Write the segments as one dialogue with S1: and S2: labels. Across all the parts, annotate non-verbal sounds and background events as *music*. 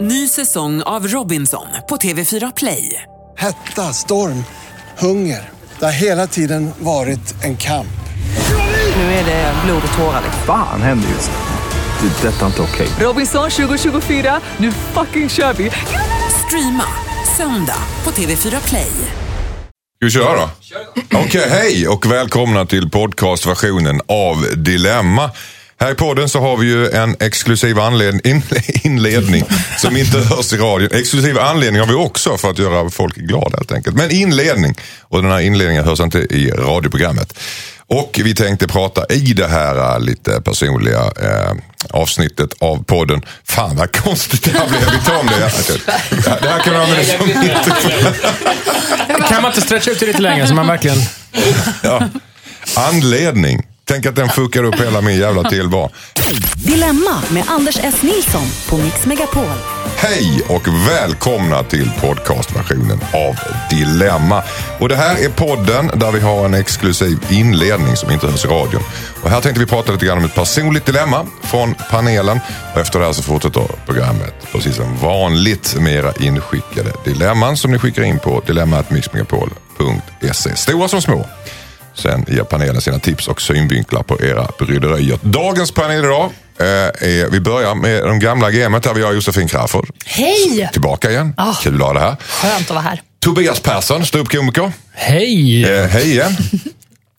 S1: Ny säsong av Robinson på TV4 Play.
S2: Hetta, storm, hunger. Det har hela tiden varit en kamp.
S1: Nu är det blod och tårar.
S3: Fan händer just nu. Det. är Detta är inte okej.
S1: Robinson 2024, nu fucking kör vi! Streama söndag på TV4 Play.
S4: Ska vi köra då? Okej, hej och välkomna till podcastversionen av Dilemma. Här i podden så har vi ju en exklusiv anled- inle- inledning som inte hörs i radion. Exklusiv anledning har vi också för att göra folk glada helt enkelt. Men inledning, och den här inledningen hörs inte i radioprogrammet. Och vi tänkte prata i det här eh, lite personliga eh, avsnittet av podden. Fan vad konstigt det här blev, vi tar om det. Det här kan vi använda som
S5: Kan man inte stretcha ut det lite längre så man verkligen...
S4: Ja. Anledning. Tänk att den fuckar upp hela min jävla tillvaro.
S6: Dilemma med Anders S. Nilsson på Mix Megapol.
S4: Hej och välkomna till podcastversionen av Dilemma. Och Det här är podden där vi har en exklusiv inledning som inte hörs i radion. Och här tänkte vi prata lite grann om ett personligt dilemma från panelen. Och efter det här så fortsätter programmet precis som vanligt med era inskickade dilemman som ni skickar in på dilemmatmixmegapol.se. Stora som små. Sen ger panelen sina tips och synvinklar på era bryderier. Dagens panel idag, eh, är, vi börjar med de gamla gamet här. Vi har Josefin Crafoord.
S7: Hej! Ah.
S4: Tillbaka igen. Kul att ha det här.
S7: Skönt att vara här.
S4: Tobias Persson, ståuppkomiker.
S5: Hej!
S4: Eh, hej igen.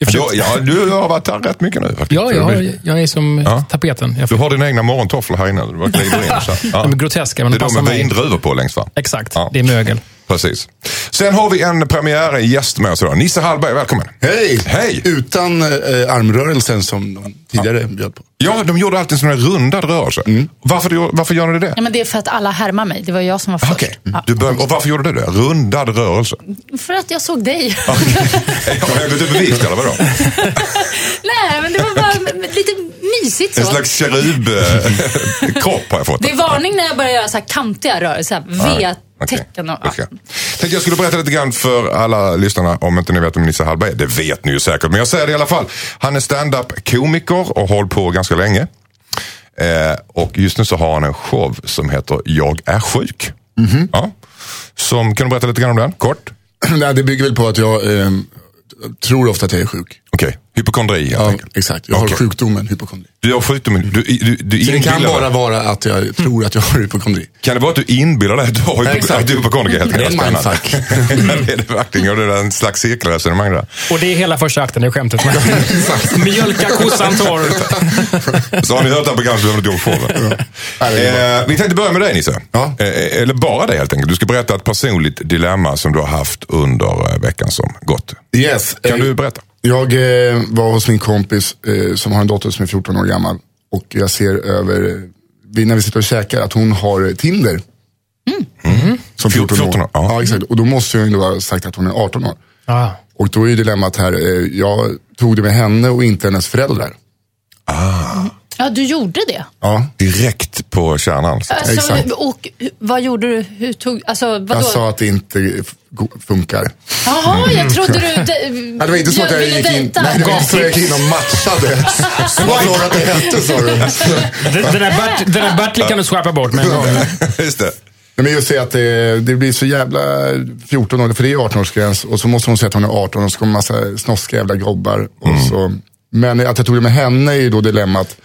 S4: Du, ja, du har varit här rätt mycket nu. faktiskt.
S5: Ja, jag, har, jag är som
S4: Ja.
S5: tapeten. Jag
S4: Du har dina egna morgontofflor här inne. Du bara kliver in. Så. Ja.
S5: *laughs* De är groteska, men
S4: det
S5: de
S4: är de
S5: passar
S4: med
S5: mig.
S4: vindruvor på längst fram.
S5: Exakt,
S4: Ja.
S5: det är mögel.
S4: Precis. Sen har vi en premiär, en gäst med oss idag. Nisse Hallberg, välkommen.
S8: Hej!
S4: Hej!
S8: Utan eh, armrörelsen som de tidigare bjöd på.
S4: Ja, de gjorde alltid en sån där rundad rörelse. Varför, varför gör ni det?
S7: Nej, men det är för att alla härmar mig. Det var jag som var först.
S4: Okej. Mm. Du bör, och varför gjorde du det? Rundad *laughs* rörelse?
S8: Mm.
S7: Ja, för att jag såg dig.
S4: Har jag gått upp i vikt eller vadå?
S7: *laughs* Nej, men det var bara lite mysigt
S4: En
S7: så.
S4: slags *laughs* kerubkropp har jag fått.
S7: Det är varning när jag börjar göra så här kantiga rörelser.
S4: Nej, okej.
S7: V-tecken och...
S4: Okej. Tänkte jag skulle berätta lite grann för alla lyssnarna, om inte ni vet om Nisse Hallberg är. Det vet ni ju säkert, men jag säger det i alla fall. Han är stand-up-komiker och har hållit på ganska länge. Eh, och just nu så har han en show som heter Jag är sjuk. Ja. Som, kan du berätta lite grann om den? Kort?
S8: *clears throat* Nej, det bygger väl på att jag eh, tror ofta att jag är sjuk.
S4: Okej, hypokondri helt
S8: Ja,
S4: enkelt.
S8: exakt. Jag
S4: Okej.
S8: har sjukdomen hypokondri.
S4: Du har sjukdomen, du, du, du
S8: Så det kan
S4: inbillar
S8: bara
S4: dig.
S8: vara att jag tror att jag har hypokondri.
S4: Kan det vara att du inbillar dig att du har hypo-
S8: Exakt.
S4: att du är hypokondriker helt
S8: Det är
S4: enkelt?
S8: en
S4: Spännande. *laughs* Ja, det är det verkligen. Och det är en slags cirkelresonemang där.
S5: Och det är hela första akten, det
S4: *laughs*
S5: är skämtet. *laughs* Mjölka kossan torr.
S4: Så har ni hört det här programmet så behöver ni inte gå
S8: *laughs*
S4: på det.
S8: Nej, det är
S4: Eh, vi tänkte börja med dig Nisse.
S8: Ja.
S4: Eh, eller bara det helt enkelt. Du ska berätta ett personligt dilemma som du har haft under eh, veckan som gått.
S8: Yes.
S4: Kan
S8: eh,
S4: du berätta?
S8: Jag eh, var hos min kompis eh, som har en dotter som är 14 år gammal. Och jag ser över, eh, vi- när vi sitter och käkar, att hon har eh, Tinder. Som 14 år.
S4: 14 år, ja.
S8: Ja, exakt. Och då måste jag ju ändå ha sagt att hon är 18 år.
S5: Ah.
S8: Och då är ju dilemmat här, eh, jag tog det med henne och inte hennes föräldrar.
S7: Ja, du gjorde det.
S8: Ja.
S4: Direkt på kärnan. så att säga.
S8: Exakt.
S7: Alltså, och vad gjorde du? Hur tog... Alltså, vadå?
S8: Jag sa att det inte f- go- funkar.
S7: Jaha,
S8: *laughs*
S7: jag trodde du... De...
S8: Nej, det var inte så att jag
S7: ville
S8: gick in,
S7: dejta.
S8: nej, det var inte så att jag gick in och matchade. Det var några att det hette sa du.
S5: Den, den, där Bert, den där Bertil kan du swipa bort med en gång.
S4: *laughs* Just det.
S8: Nej, Men just det att det, det blir så jävla 14 år, för det är 18-årsgräns. Och så måste hon säga att hon är 18 och så kommer en massa snoskiga jävla grabbar. Och
S4: Mm.
S8: så. Men att jag tog det med henne är ju då dilemmat.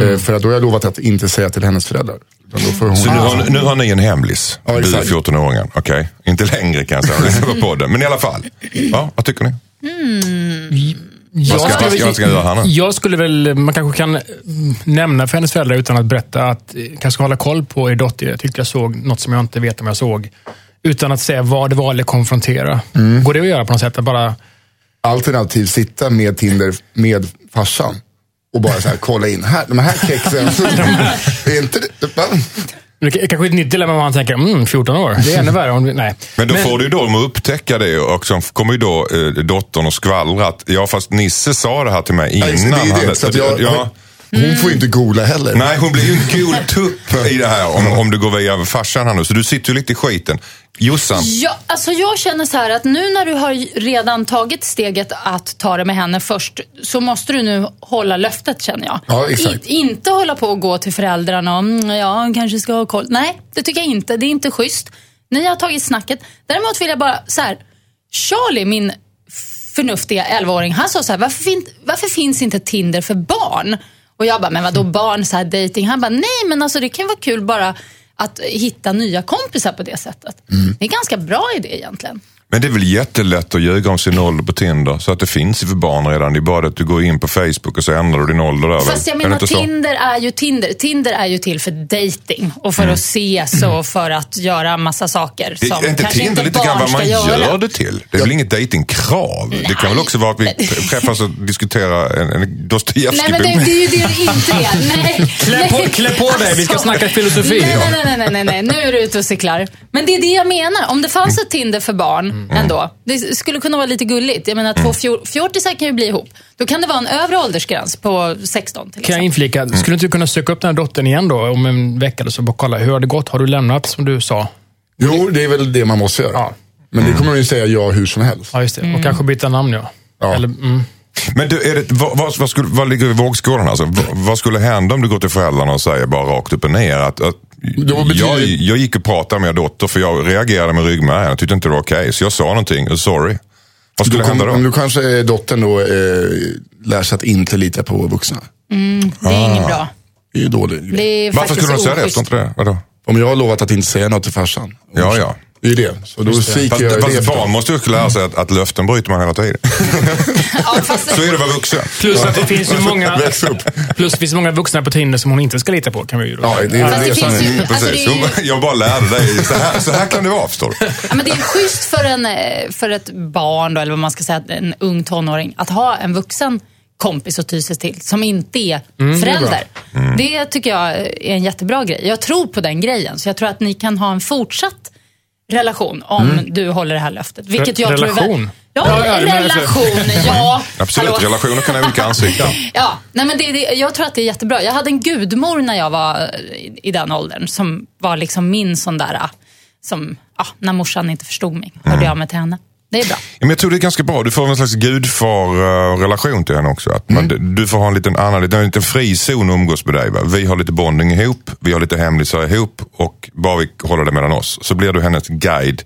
S8: eh, För att då har jag lovat att inte säga till hennes föräldrar. Utan Då får
S4: Mm.
S8: hon
S4: Så nu har, nu har ni en hemlis.
S8: Ja,
S4: du är
S8: exakt.
S4: 14-åringen. Okej. Inte längre kan jag säga. *laughs* lyssna på podden. Men i alla fall. Ja, vad tycker ni?
S5: Jag
S4: Vad ska- vad ska- vad ska jag göra, Hanna?
S5: jag skulle väl, man kanske kan mm, nämna för hennes föräldrar utan att berätta att, eh, kanske hålla koll på er dotter. Jag tyckte jag såg något som jag inte vet om jag såg. Utan att säga vad det var eller konfrontera.
S4: Mm.
S5: Går det att göra på något sätt? Att bara,
S8: alternativ sitta med Tinder med farsan och bara så här, kolla in. Här, de här kexen. är inte det, va?
S5: det är kanske ett nytt dilemma man tänker, mm, 14 år, det är ännu värre. Om, vi- nej.
S4: Men då får du ju dem att upptäcka det och sen kommer ju då eh, dottern och skvallra att ja fast Nisse sa det här till mig
S8: Ja, just det,
S4: innan.
S8: det är det.
S4: han-
S8: Så att jag-
S4: ja,
S8: Hon får ju inte gola heller.
S4: Nej, hon blir ju en gul tupp i det här om, om du går via farsan här nu. Så du sitter ju lite i skiten. Jossan,
S7: Ja, alltså jag känner så här att nu när du har redan tagit steget att ta det med henne först så måste du nu hålla löftet känner jag.
S8: Ja, exakt.
S7: I, inte hålla på och gå till föräldrarna om "Mm, ja, han kanske ska ha koll. Nej, det tycker jag inte. Det är inte schysst. Ni har tagit snacket. Däremot vill jag bara så här. Charlie, min förnuftiga 11-åring, han sa så här, varför, fin- varför finns inte Tinder för barn? Och jag bara, men vadå barn, så här dating? Han bara, nej men alltså det kan vara kul bara att hitta nya kompisar på det sättet.
S8: Mm.
S7: Det är en ganska bra idé egentligen.
S4: men det är väl jättelätt att ljuga om sin ålder på Tinder. Så att det finns ju för barn redan. Det är bara att du går in på Facebook och så ändrar du din ålder där.
S7: Fast jag
S4: väl? Är det
S7: menar,
S4: inte så?
S7: Tinder är ju Tinder. Tinder är ju till för dating och för att ses och för att göra massa saker
S4: Mm. Det
S7: som
S4: är inte
S7: kanske
S4: Tinder
S7: inte
S4: lite grann
S7: barn
S4: vad
S7: ska
S4: man
S7: göra.
S4: gör det till? Det är väl inget datingkrav? Det kan väl också vara att vi träffas och diskuterar en, en
S7: Nej, men det,
S4: Dostojevskij-bok?
S7: det är ju det det inte
S4: *laughs*
S7: är. Nej,
S5: Klä på-
S7: nej. Alltså.
S5: klä på dig, vi ska snacka filosofi.
S7: Nej, nej, nej, nej, nej, nej, nu är du ute och cyklar. Men det är det jag menar. Om det fanns ett Tinder för barn
S4: Mm.
S7: Mm. ändå, det skulle kunna vara lite gulligt. Jag menar, två fjor- fjortisar kan ju bli ihop. Då kan det vara en övre åldersgräns på 16 till
S5: Kan jag
S7: exempel.
S5: inflika, skulle inte du kunna söka upp den här dottern igen då om en vecka eller så? Bara kolla, hur har det gått? Har du lämnat som du sa?
S8: Jo, det är väl det man måste göra.
S5: Ja.
S8: Men
S4: Mm.
S8: det kommer hon ju säga ja hur som helst.
S5: Ja, just det. Och kanske byta namn ja.
S8: Ja.
S5: Eller, mm.
S4: Men du, är det, vad, vad, vad, skulle, vad ligger i vågskålen alltså? Vad, vad skulle hända om du går till föräldrarna och säger bara rakt upp och ner att, att
S8: Då betyder-
S4: jag, jag gick och pratade med er dotter för jag reagerade med ryggmärgen. Jag tyckte inte det var okej. Så jag sa någonting. Uh, Sorry. Vad skulle
S8: Då kom,
S4: hända då?
S8: men då kanske eh, dottern då eh, lär sig att inte lita på vuxna.
S7: Det är
S4: Ah.
S7: inget bra. *laughs*
S8: Det är ju dåligt.
S7: Det är
S4: Varför
S7: faktiskt
S4: skulle de säga det?
S7: oschysst.
S4: Står inte det? Vadå?
S8: Om jag har lovat att inte säga något till farsan.
S4: Ja, ja.
S8: Det är ju det. Så då sviker
S4: Fast,
S8: jag ju det.
S4: fast barn måste ju lära sig att, att löften bryter man hela tiden.
S7: Ja, fast-
S4: Så är det att vara vuxen.
S5: Plus att det finns
S4: *laughs*
S5: ju många,
S8: *laughs* Väx upp.
S5: plus det finns många vuxna på Tinder som hon inte ska lita på. Kan vi ju då.
S8: Ja, det är
S7: Fast
S8: det
S7: det
S8: som
S7: finns ju-
S8: är...
S4: Mm,
S7: Alltså,
S4: precis.
S7: det är
S4: Jag bara lärde dig. Så här, så här kan det vara, förstår du.
S7: Ja, men det är schysst för, en, eh, för ett barn, då, eller vad man ska säga, en ung tonåring, att ha en vuxen kompis att ty sig till som inte är
S5: Mm,
S7: förälder. Det, tycker jag är en jättebra grej. Jag tror på den grejen, så jag tror att ni kan ha en fortsatt relation om du håller det här löftet. Vilket
S5: Mm. Re-
S7: jag Tror är
S5: relation?
S7: väl- ja,
S5: Ja, ja, det menar jag.
S7: relation, ja.
S4: Absolut,
S7: Hallå.
S4: relationer kan ha olika ansikten.
S7: Ja, nej men det, det, jag tror att det är jättebra. Jag hade en gudmor när jag var i, i den åldern som var liksom min sån där, ah, som, ah, när morsan inte förstod mig, hörde jag mig till henne. Det är bra.
S4: Ja, Men jag tror det är ganska bra. Du får en slags gudfar-relation till henne också. Att man, Du får ha en liten annan, det är en liten frizon att umgås med dig. Va? Vi har lite bonding ihop, vi har lite hemlisar ihop och bara vi håller det mellan oss så blir du hennes guide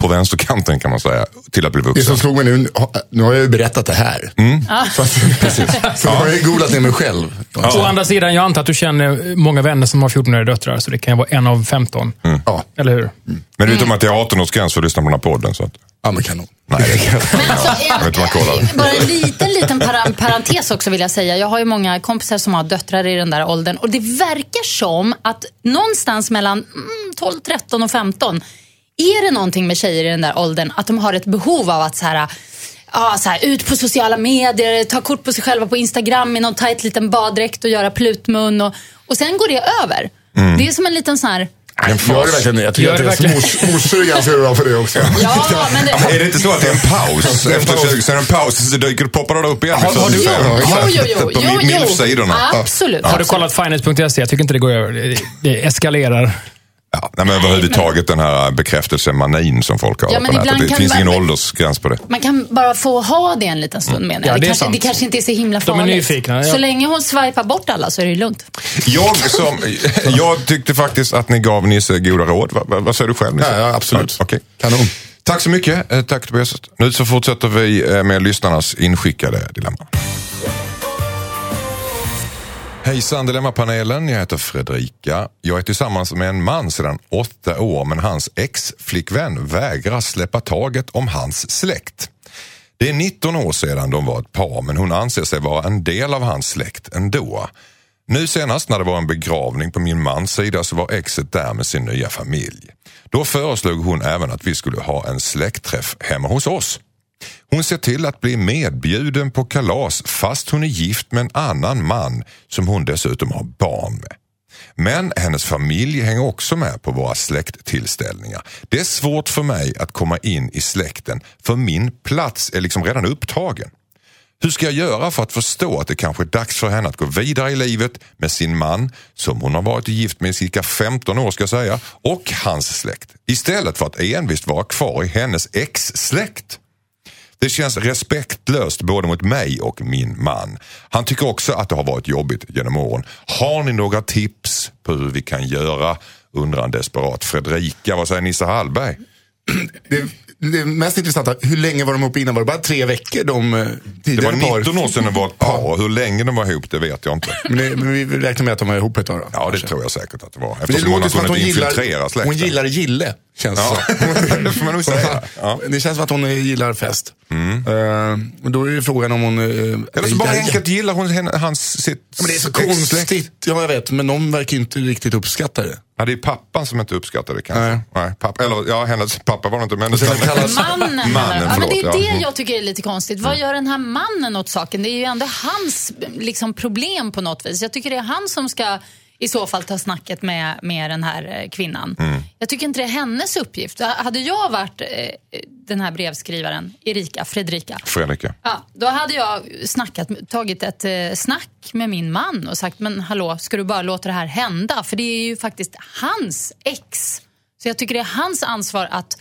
S4: på vänsterkanten kan man säga, till att bli
S8: Det som
S4: vuxen.
S8: slog mig nu, nu har jag ju berättat det här.
S4: Mm.
S8: *laughs* Så, att, så då har jag ju golat ner mig själv.
S5: Å andra sidan, jag antar att du känner många vänner som har 14-åriga döttrar, så det kan ju vara en av 15.
S8: Ja,
S5: Eller hur?
S8: Mm.
S4: Men du vet om att det är 18-årsgräns för att lyssna på den här podden. Så att,
S8: ja men kanon.
S4: nej, det kan jag vet inte man kollar.
S7: Eh, Bara en liten, liten para- parentes också vill jag säga. Jag har ju många kompisar som har döttrar i den där åldern och det verkar som att någonstans mellan mm, 12, 13 och 15 är det någonting med tjejer i den där åldern att de har ett behov av att så här, ja, så här, ut på sociala medier, ta kort på sig själva på Instagram i någon tajt liten baddräkt och göra plutmun och, och sen går det över. Det är som en liten sån här
S8: Gör det verkligen det? Jag tycker
S5: Gör
S8: att
S5: det
S8: deras mors, morsor är ganska bra för det också.
S7: Ja, men det,
S4: Är det inte så att det är en paus? *laughs* Efter 20, sen är det en paus, så dyker det, poppar det upp igen. liksom.
S8: Har- har du-
S4: Så-
S8: Jo,
S7: jo, jo, jo,
S4: På
S7: jo,
S4: mi-
S7: jo.
S4: milfsidorna.
S7: Absolut.
S5: Har du kollat finance.se? E? Jag tycker inte det går över. Det, det eskalerar.
S4: Ja, nej, men överhuvudtaget den här bekräftelsemanin som folk har
S7: Ja,
S4: på
S7: men
S4: nätet.
S7: ibland
S4: Det
S7: kan
S4: finns
S7: man-
S4: ingen åldersgräns på det.
S7: Man kan bara få ha det en liten stund menar
S5: Mm.
S7: jag.
S5: Ja,
S7: det,
S5: det är
S7: kanske,
S5: sant.
S7: det kanske inte är så himla
S5: De är
S7: farligt.
S5: nyfikna, ja.
S7: Så länge hon swipar bort alla så är det lugnt.
S4: Jag, som, jag tyckte faktiskt att ni gav Nisse goda råd. Va, va, vad säger du själv Nisse?
S8: Ja, ja, absolut.
S4: Ja, okej.
S8: Kanon.
S4: Tack så mycket. Eh, Tack Tobias. Nu så fortsätter vi eh, med lyssnarnas inskickade dilemma. Hejsan Dilemmapanelen, jag heter Fredrika. Jag är tillsammans med en man sedan åtta år men hans ex-flickvän vägrar släppa taget om hans släkt. Det är 19 år sedan de var ett par men hon anser sig vara en del av hans släkt ändå. Nu senast när det var en begravning på min mans sida så var exet där med sin nya familj. Då föreslog hon även att vi skulle ha en släktträff hemma hos oss. Hon ser till att bli medbjuden på kalas fast hon är gift med en annan man som hon dessutom har barn med. Men hennes familj hänger också med på våra släkttillställningar. Det är svårt för mig att komma in i släkten för min plats är liksom redan upptagen. Hur ska jag göra för att förstå att det kanske är dags för henne att gå vidare i livet med sin man, som hon har varit gift med i cirka 15 år ska jag säga, och hans släkt. Istället för att envist vara kvar i hennes ex-släkt. Det känns respektlöst både mot mig och min man. Han tycker också att det har varit jobbigt genom åren. Har ni några tips på hur vi kan göra? Undrar en desperat Fredrika. Vad säger Nisse Hallberg?
S8: Det, det mest intressanta, hur länge var de ihop innan? Var det bara tre veckor de eh,
S4: Det
S8: tidigare
S4: var 19 år sedan de var ett par. Hur länge de var ihop det vet jag inte.
S8: Men, det, men vi räknar med att de var ihop ett tag då?
S4: Ja det
S8: kanske.
S4: tror jag säkert att det var.
S8: Men det
S4: Eftersom hon
S8: låter
S4: har
S8: som att
S4: kunnat
S8: hon
S4: infiltrera
S8: gillar,
S4: släkten.
S8: hon gillar gille, känns
S4: Ja,
S8: *laughs* som.
S4: det får man nog säga. Ja.
S8: Det känns som att hon eh, gillar fest. Eh, och då är ju frågan om hon... eh,
S4: Eller så bara
S8: gillar-
S4: enkelt gillar hon henne- hans, sitt
S8: Ja, Men det är så
S4: ex-släkt.
S8: konstigt. Ja, jag vet. Men de verkar ju inte riktigt uppskatta det.
S4: Ja, det är pappan som inte uppskattar det kanske.
S8: Nej.
S4: Nej. pappa, eller ja, hennes pappa var det inte. Men hennes
S8: Det kallas-
S7: Mannen,
S4: Mannen,
S7: ja, men Det är
S4: förlåt, ja.
S7: det jag tycker är lite konstigt. Vad gör den här mannen åt saken? Det är ju ändå hans liksom, problem på något vis. Jag tycker det är han som ska i så fall ta snacket med, med den här eh, kvinnan.
S5: Mm.
S7: Jag tycker inte det är hennes uppgift. Hade jag varit eh, den här brevskrivaren, Erika, Fredrika,
S4: Fredrika.
S7: Ja, då hade jag snackat, tagit ett eh, snack med min man och sagt, men hallå, ska du bara låta det här hända? För det är ju faktiskt hans ex. Så jag tycker det är hans ansvar att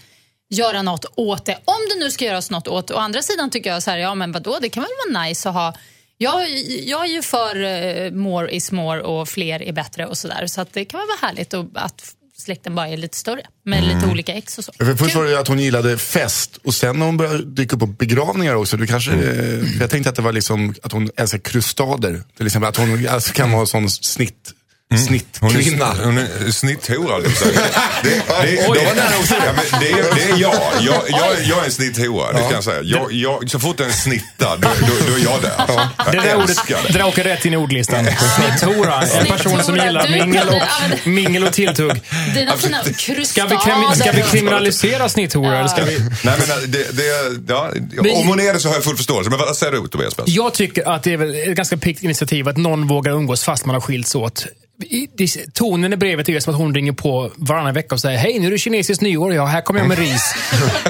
S7: göra något åt det. Om det nu ska göras något åt det. Å andra sidan tycker jag så här, ja men vadå, det kan väl vara nice att ha jag, jag är ju för eh, more is more och fler är bättre och sådär. Så att det kan väl vara härligt och, att släkten bara är lite större med
S5: Mm.
S7: lite olika ex och så.
S8: För först
S7: Kul.
S8: var det ju att hon gillade fest och sen när hon började dyka upp på begravningar också. Du kanske, eh, för Jag tänkte att det var liksom att hon älskar krustader. Till exempel att hon alltså, kan vara en sån snitt,
S4: Hon är,
S8: snittkvinna.
S4: hon är snitthora
S8: *laughs*
S4: liksom. Det, det, det,
S5: Oj.
S4: det var nära också. Ja, men det, det är jag. Jag, jag. jag är en snitthora, det kan jag säga. Jag, jag, så fort en snittar, då, då, då är jag där. Jag
S5: Det där, ordet,
S4: älskar
S5: det där åker rätt in i ordlistan. Snitthora. En person som
S7: Snitthora,
S5: gillar
S7: du
S5: mingel
S7: kan-
S5: och, mingel och tilltugg.
S7: Dina fina
S5: Ska
S7: krustader.
S5: vi, krimi- ska vi
S7: och-
S5: kriminalisera snitthora? Eller ska vi...
S4: Nej, men eh, det, det, ja, om hon är det så har jag full förståelse. Men vad säger du Tobias Persson?
S5: Jag tycker att det är väl ett ganska piggt initiativ att någon vågar umgås fast man har skilts åt. I- det- Tonen i brevet är ju som att hon ringer på varannan vecka och säger Hej, nu är det kinesiskt nyår. Ja, här kommer jag med *laughs* ris.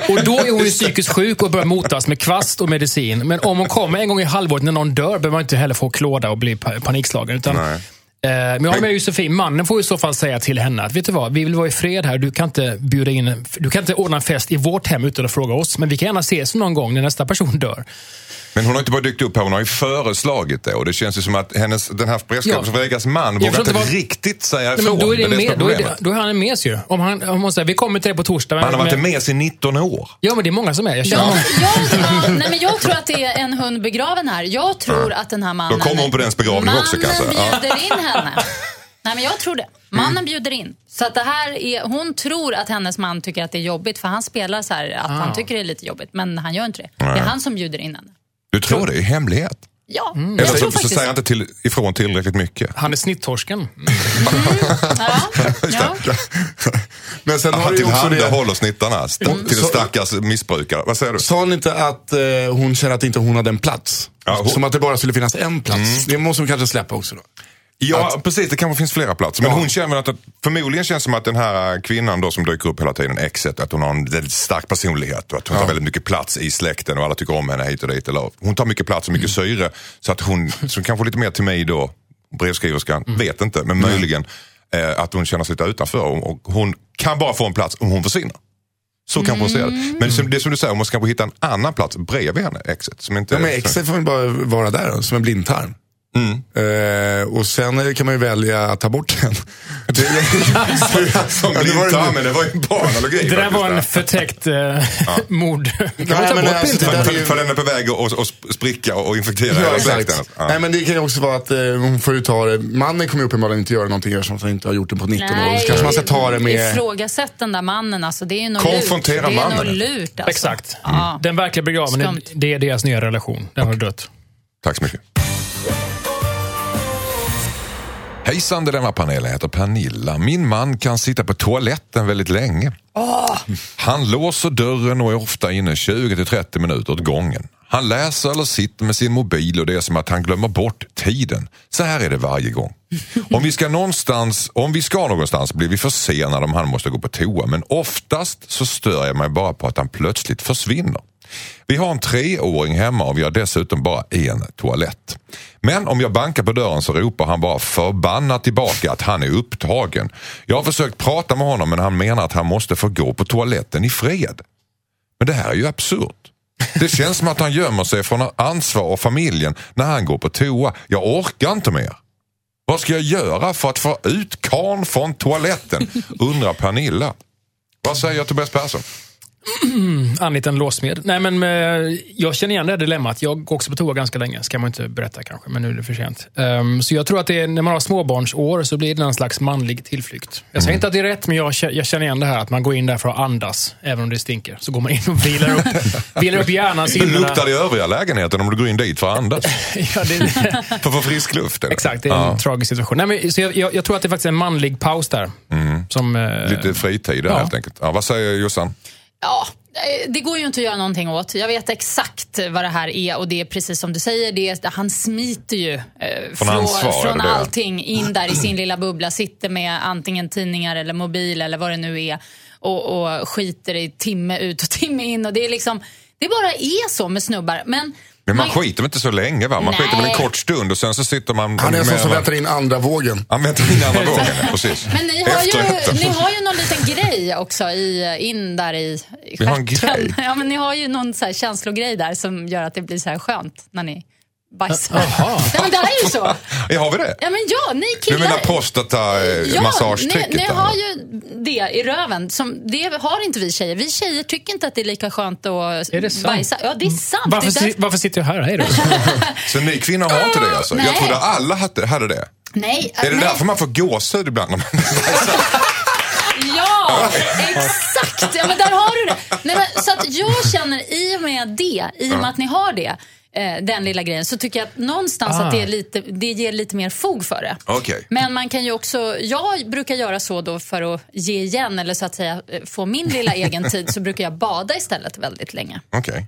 S5: och då är hon ju psykiskt sjuk och börjar motas med kvast och medicin. Men om hon kommer en gång i halvåret när någon dör behöver man inte heller få klåda och bli pa- panikslagen. Utan,
S4: Nej.
S5: eh, men jag har med Josefin, mannen får i så fall säga till henne att vet du vad, vi vill vara i fred här. Du kan inte, bjuda in, du kan inte ordna en fest i vårt hem utan att fråga oss. Men vi kan gärna ses någon gång när nästa person dör.
S4: Men hon har inte bara dykt upp här, hon har ju föreslagit det. Och det känns ju som att hennes, den här
S5: Ja.
S4: brevskrivaren Fredrikas man
S5: Jag
S4: vågar
S5: förstår
S4: inte
S5: inte vad-
S4: riktigt säga
S5: Nej,
S4: ifrån.
S5: men då, är det
S4: som
S5: med, då, är det,
S4: problemet.
S5: då är han en mes ju. Om han, om han säger vi kommer till dig på torsdag. Men,
S4: Han har varit
S5: men,
S4: med sedan 19 år.
S5: Ja, men det är många som är. Jag känner
S7: Ja,
S5: många.
S7: jag, ja, nej, men jag tror att det är en hund begraven här. Jag tror att den här mannen...
S4: Då kommer hon på dens begravning också, kan jag säga. Ja. Mm.
S7: Mannen bjuder in
S4: *laughs*
S7: henne. Nej, men jag tror det. Mannen bjuder in. Så att det här är, hon tror att hennes man tycker att det är jobbigt, för han spelar så här att
S4: Ah.
S7: han tycker det är lite jobbigt, men han gör inte det. Det är han som bjuder in henne.
S4: Du tror det i hemlighet?
S7: Ja,
S4: Mm. Eller
S7: jag tror
S4: så, så
S7: faktiskt
S4: säger han inte till, ifrån tillräckligt mycket.
S5: Han är
S7: Mm.
S5: snitttorsken.
S7: Ja,
S4: *laughs*
S7: ja.
S8: Men sen har
S4: Han
S8: du ju också det.
S4: tillhandahåller snittarna st-
S8: Mm.
S4: till en
S8: Så-
S4: stackars missbrukare. Vad säger du?
S8: Sa hon inte att eh, hon känner att inte hon hade en plats?
S4: Ja, hon- Mm.
S8: Som att det bara skulle finnas en plats. Det måste hon kanske släppa också då.
S4: Ja, precis. Det kanske finns flera platser. Men
S8: Ja.
S4: hon känner att, att förmodligen känns det som att den här eh, kvinnan då som dyker upp hela tiden, exet, att hon har en väldigt stark personlighet och att hon tar väldigt mycket plats i släkten och alla tycker om henne hit och dit. Eller, hon tar mycket plats och mycket
S8: Mm.
S4: syre. Så att
S8: *laughs*
S4: hon, som kanske lite mer till mig då, brevskriverskan,
S8: Mm.
S4: vet inte, men möjligen eh, att hon känner sig lite utanför. Och, och hon kan bara få en plats om hon försvinner. Så kanske hon ser det.
S8: Mm.
S4: Men som, det är som du säger, hon måste kanske hitta en annan plats bredvid henne, exet. Som inte
S8: Ja, men
S4: *laughs*
S8: exet får man bara vara där då, som en blindtarm.
S4: Mm.
S8: Eh, och sen eh, kan man ju välja att ta
S4: *laughs*
S8: bort den. Det-
S4: Som
S8: Ja, det var det nu.
S4: blindtarmen, det var ju en bra analogi.
S5: Det där
S4: faktiskt,
S5: var en
S4: där.
S5: förtäckt eh, *laughs* mord. Kan man
S8: Nej,
S5: ta
S8: men
S5: bort
S8: alltså,
S5: bilden?
S8: det
S4: För,
S8: där är
S4: för,
S8: ju-
S4: för den är på väg att att- att spricka och och infektera
S8: Ja,
S4: hela släkten.
S8: exakt.
S4: Ja.
S8: Nej, men det kan ju också vara att eh, hon får ju ta det. Mannen kommer ju uppenbarligen inte göra någonting eftersom han inte har gjort det på 19 år. Så kanske man ska ta det med...
S7: Ifrågasätt den där mannen. Alltså, det är ju något
S4: Konfrontera
S7: lurt. Det är
S4: mannen.
S7: något lurt alltså.
S5: Exakt. Mm.
S7: Ja.
S5: Den verkliga begravningen,
S7: Skumt.
S5: det är deras nya relation. Den har dött.
S4: Tack så mycket. Hejsan Dilemmapanelen, jag heter Pernilla. Min man kan sitta på toaletten väldigt länge. Han låser dörren och är ofta inne 20-30 minuter åt gången. Han läser eller sitter med sin mobil och det är som att han glömmer bort tiden. Så här är det varje gång. Om vi ska någonstans, om vi ska någonstans blir vi försenade om han måste gå på toa men oftast så stör jag mig bara på att han plötsligt försvinner. Vi har en treåring hemma och vi har dessutom bara en toalett. Men om jag bankar på dörren så ropar han bara förbannat tillbaka att han är upptagen. Jag har försökt prata med honom men han menar att han måste få gå på toaletten i fred. Men det här är ju absurt. Det känns som att han gömmer sig från ansvar och familjen när han går på toa. Jag orkar inte mer. Vad ska jag göra för att få ut karn från toaletten? Undrar Pernilla. Vad säger Tobias Persson?
S5: Anlita en låsmed. Nej, men, eh, jag känner igen det här dilemmat. Jag går också på toa ganska länge. Ska man inte berätta kanske, men nu är det för sent. Ehm, så jag tror att det är, när man har småbarnsår så blir det någon slags manlig tillflykt. Jag
S4: Mm.
S5: säger inte att det är rätt, men jag, kä- jag känner igen det här att man går in där för att andas, även om det stinker. Så går man in och vilar
S4: *laughs*
S5: upp, vilar upp hjärnans
S4: Hur
S5: innerna.
S4: luktar det i övriga lägenheten om du går in dit för att
S5: *laughs*
S4: andas?
S5: Ja, det,
S4: För att få frisk luft? eller?
S5: *laughs* exakt, det är en
S4: Ja,
S5: tragisk situation. Nej, men, så jag, jag, jag tror att det faktiskt är en manlig paus där. Som, eh,
S4: Mm. lite fritid där
S5: Ja.
S4: helt enkelt. Ja, vad säger Jossan?
S7: Ja, eh, det går ju inte att göra någonting åt. Jag vet exakt vad det här är och det är precis som du säger. Det är, han smiter ju eh, från,
S4: ansvar,
S7: från
S4: är det det?
S7: allting in där i sin lilla bubbla. Sitter med antingen tidningar eller mobil eller vad det nu är och, och skiter i timme ut och timme in. Och det, är liksom, det bara är så med snubbar. Men,
S4: Men man skiter väl inte så länge? va? Man
S7: Nej.
S4: skiter väl en kort stund och sen så sitter man...
S8: Han är en sån
S4: med-
S8: som väntar in andra vågen.
S4: Han väntar in
S7: *laughs*
S4: andra vågen, ja, precis.
S7: Men ni har, ju,
S4: Efterrätten.
S7: ni har ju någon liten grej också i, in där i i
S4: Vi har en
S7: stjärten.
S4: grej?
S7: *laughs* Ja, men ni har ju någon så här känslogrej där som gör att det blir så här skönt när ni bajsar. *laughs*
S5: Jaha.
S7: Nej, men det är ju så.
S4: Ja, har vi det?
S7: Ja, men ja, ni
S4: Du
S7: killar...
S4: menar prostatamassagetrycket?
S7: ni, ni
S4: där, va?
S7: har ju det i röven. Som, det har inte vi tjejer. Vi tjejer tycker inte att det är lika skönt att
S5: Är det sant? Mm.
S7: bajsa. Ja, det är sant.
S5: varför,
S7: det är
S5: si,
S7: därför-
S5: varför sitter jag här?
S7: *laughs*
S5: Hej då.
S4: Så ni kvinnor har inte det alltså?
S7: nej.
S4: Jag trodde alla hade hade det.
S7: Nej,
S4: Är det
S7: nej.
S4: därför man får gåshud ibland? *laughs* när man-
S7: Ja, exakt! Ja, men där har du det. Nej, men, så att jag känner i och med det, i och med att ni har det, eh, den lilla grejen, så tycker jag att någonstans
S5: Ah.
S7: att det, är lite, det ger lite mer fog för det.
S4: Okej.
S7: Men man kan ju också, jag brukar göra så då för att ge igen eller så att säga eh, få min lilla egen tid så brukar jag bada istället väldigt länge.
S4: Okej.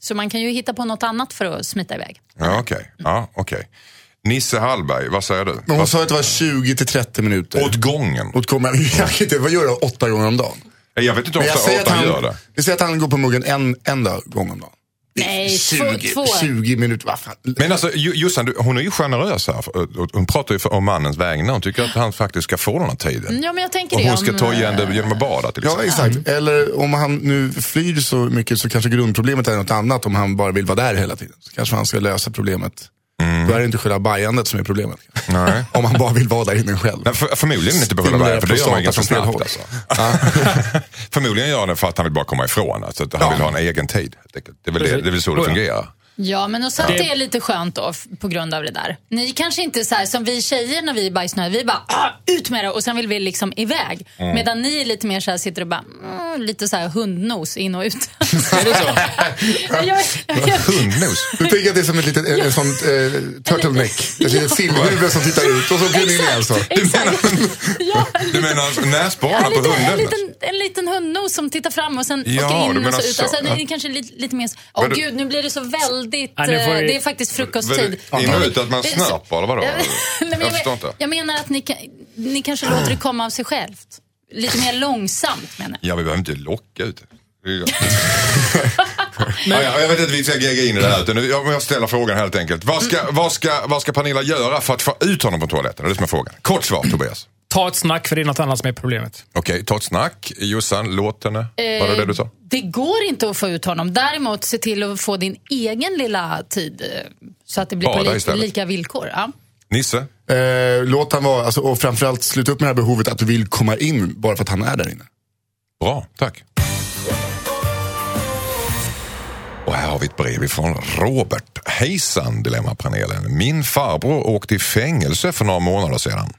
S7: Så man kan ju hitta på något annat för att smita iväg.
S4: Ja, okej. Ja, okej. Nisse Hallberg, vad säger du?
S8: Men
S4: Vad-
S8: hon sa att det var 20-30 minuter.
S4: Åt gången.
S8: Åt kommer *laughs* jag kan inte vad gör jag åtta gånger om dagen.
S4: Jag vet inte
S8: Men jag
S4: ofta
S8: säger
S4: att
S8: att
S4: han gör
S8: han,
S4: det.
S8: vi säger att han går på muggen en enda gång om dagen. Det är
S7: Nej, två-
S8: 20,
S7: två.
S8: 20 minuter, vad fan.
S4: Men alltså Ju- Jossan, du- hon är ju generös här. Hon pratar ju för- om mannens vägnar. Hon tycker att han faktiskt ska få den här tiden.
S7: Ja, men jag tänker
S4: Och
S7: det.
S4: hon ska
S7: om,
S4: ta
S7: eh,
S4: igen det genom att bada till
S8: Ja,
S4: exempel.
S8: exakt. Eller om han nu flyr så mycket så kanske grundproblemet är något annat. Om han bara vill vara där hela tiden. Så kanske han ska lösa problemet. Då är det inte själva bajandet som är problemet.
S4: Mm. Nej.
S8: *laughs* Om han bara vill vara där inne själv.
S4: Men för, förmodligen inte på själva
S8: Stimulera
S4: vägen, för det gör man ju ganska
S8: prostatan
S4: snabbt.
S8: från
S4: Alltså. *laughs* förmodligen gör han det för att han vill bara komma ifrån. Alltså, att han vill ha en egen tid. helt enkelt. Det är väl, det, det är väl så det
S5: Precis.
S7: *laughs*
S4: fungerar.
S7: Ja, men och så att
S5: Ja.
S7: det är lite skönt då f- på grund av det där. Ni kanske inte så här som vi tjejer när vi är bajsnödiga, vi bara ah, ut med det och sen vill vi liksom iväg. Medan ni är lite mer så här sitter och bara mm, lite så här hundnos in och ut. *laughs* är det så? jag, jag, jag,
S4: Hundnos.
S8: Du tänker att det är som ett litet eh, sånt, eh, turtleneck. Ett litet filmhuvud som tittar ut och så åker den in igen. Så.
S7: exakt. *laughs* ja,
S4: Du menar näsborrarna
S7: en,
S4: på
S7: liten, en,
S4: hunden?
S7: liten, en liten hundnos som tittar fram och sen
S4: Ja,
S7: åker
S4: du
S7: in
S4: menar
S7: och så ut.
S4: så.
S7: Alltså, det
S4: Ja.
S7: är kanske lite, lite mer så- Åh
S4: Men du-
S7: gud, nu blir det så väldigt...
S5: Ja, nu får
S7: eh,
S5: vi-
S7: Det är faktiskt frukosttid.
S4: Väl- in och ut, att man
S7: Det är så-
S4: snörper, eller vadå?
S7: Nej, men
S4: Jag
S7: jag, *laughs*
S4: förstår
S7: men-
S4: inte.
S7: jag menar att ni, kan- ni kanske låter det komma av sig självt. Lite mer långsamt menar jag.
S4: Ja, vi behöver inte locka ut det. Det är ju- ja, ja, jag vet inte vi ska gegga in i det här. Utan nu- jag, jag ställer frågan helt enkelt. Vad ska, vad, ska, vad ska Pernilla göra för att få ut honom på toaletten? Det är det som är frågan. Kort svar, Tobias.
S5: Ta ett snack, för det är något annat som är problemet.
S4: Okej, ta ett snack. Jossan, låt henne. Var det det du sa?
S7: Det går inte att få ut honom. Däremot se till att få din egen lilla tid eh, så att det blir
S4: Bada
S7: på
S4: istället.
S7: li- lika villkor. Ja.
S4: Nisse?
S8: Eh, låt han vara, alltså, och framförallt sluta upp med det här behovet att du vill komma in bara för att han är där inne.
S4: Bra, tack. Och här har vi ett brev ifrån Robert. Hejsan Dilemmapanelen. Min farbror åkte i fängelse för några månader sedan.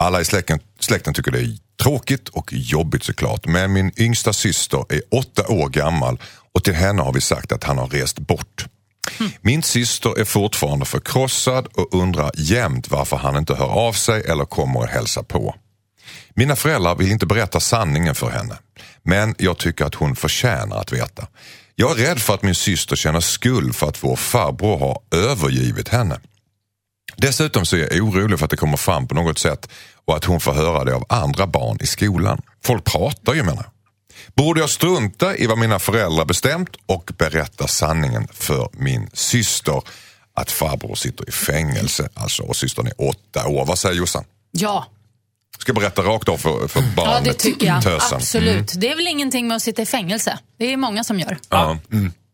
S4: Alla i släkten, släkten tycker det är tråkigt och jobbigt såklart. Men min yngsta syster är åtta år gammal och till henne har vi sagt att han har rest bort. Min syster är fortfarande förkrossad och undrar jämt varför han inte hör av sig eller kommer och hälsa på. Mina föräldrar vill inte berätta sanningen för henne. Men jag tycker att hon förtjänar att veta. Jag är rädd för att min syster känner skuld för att vår farbror har övergivit henne. Dessutom så är jag orolig för att det kommer fram på något sätt och att hon får höra det av andra barn i skolan. Folk pratar ju menar jag. Borde jag strunta i vad mina föräldrar bestämt och berätta sanningen för min syster? Att farbror sitter i fängelse alltså, och systern är åtta år. Vad säger Jossan?
S7: Ja,
S4: Ska jag berätta rakt av för, för
S7: ja
S4: barnet?
S7: det tycker jag.
S4: Tösen. Mm.
S7: Absolut. Det är väl ingenting med att sitta i fängelse. Det är många som gör.
S4: Ja.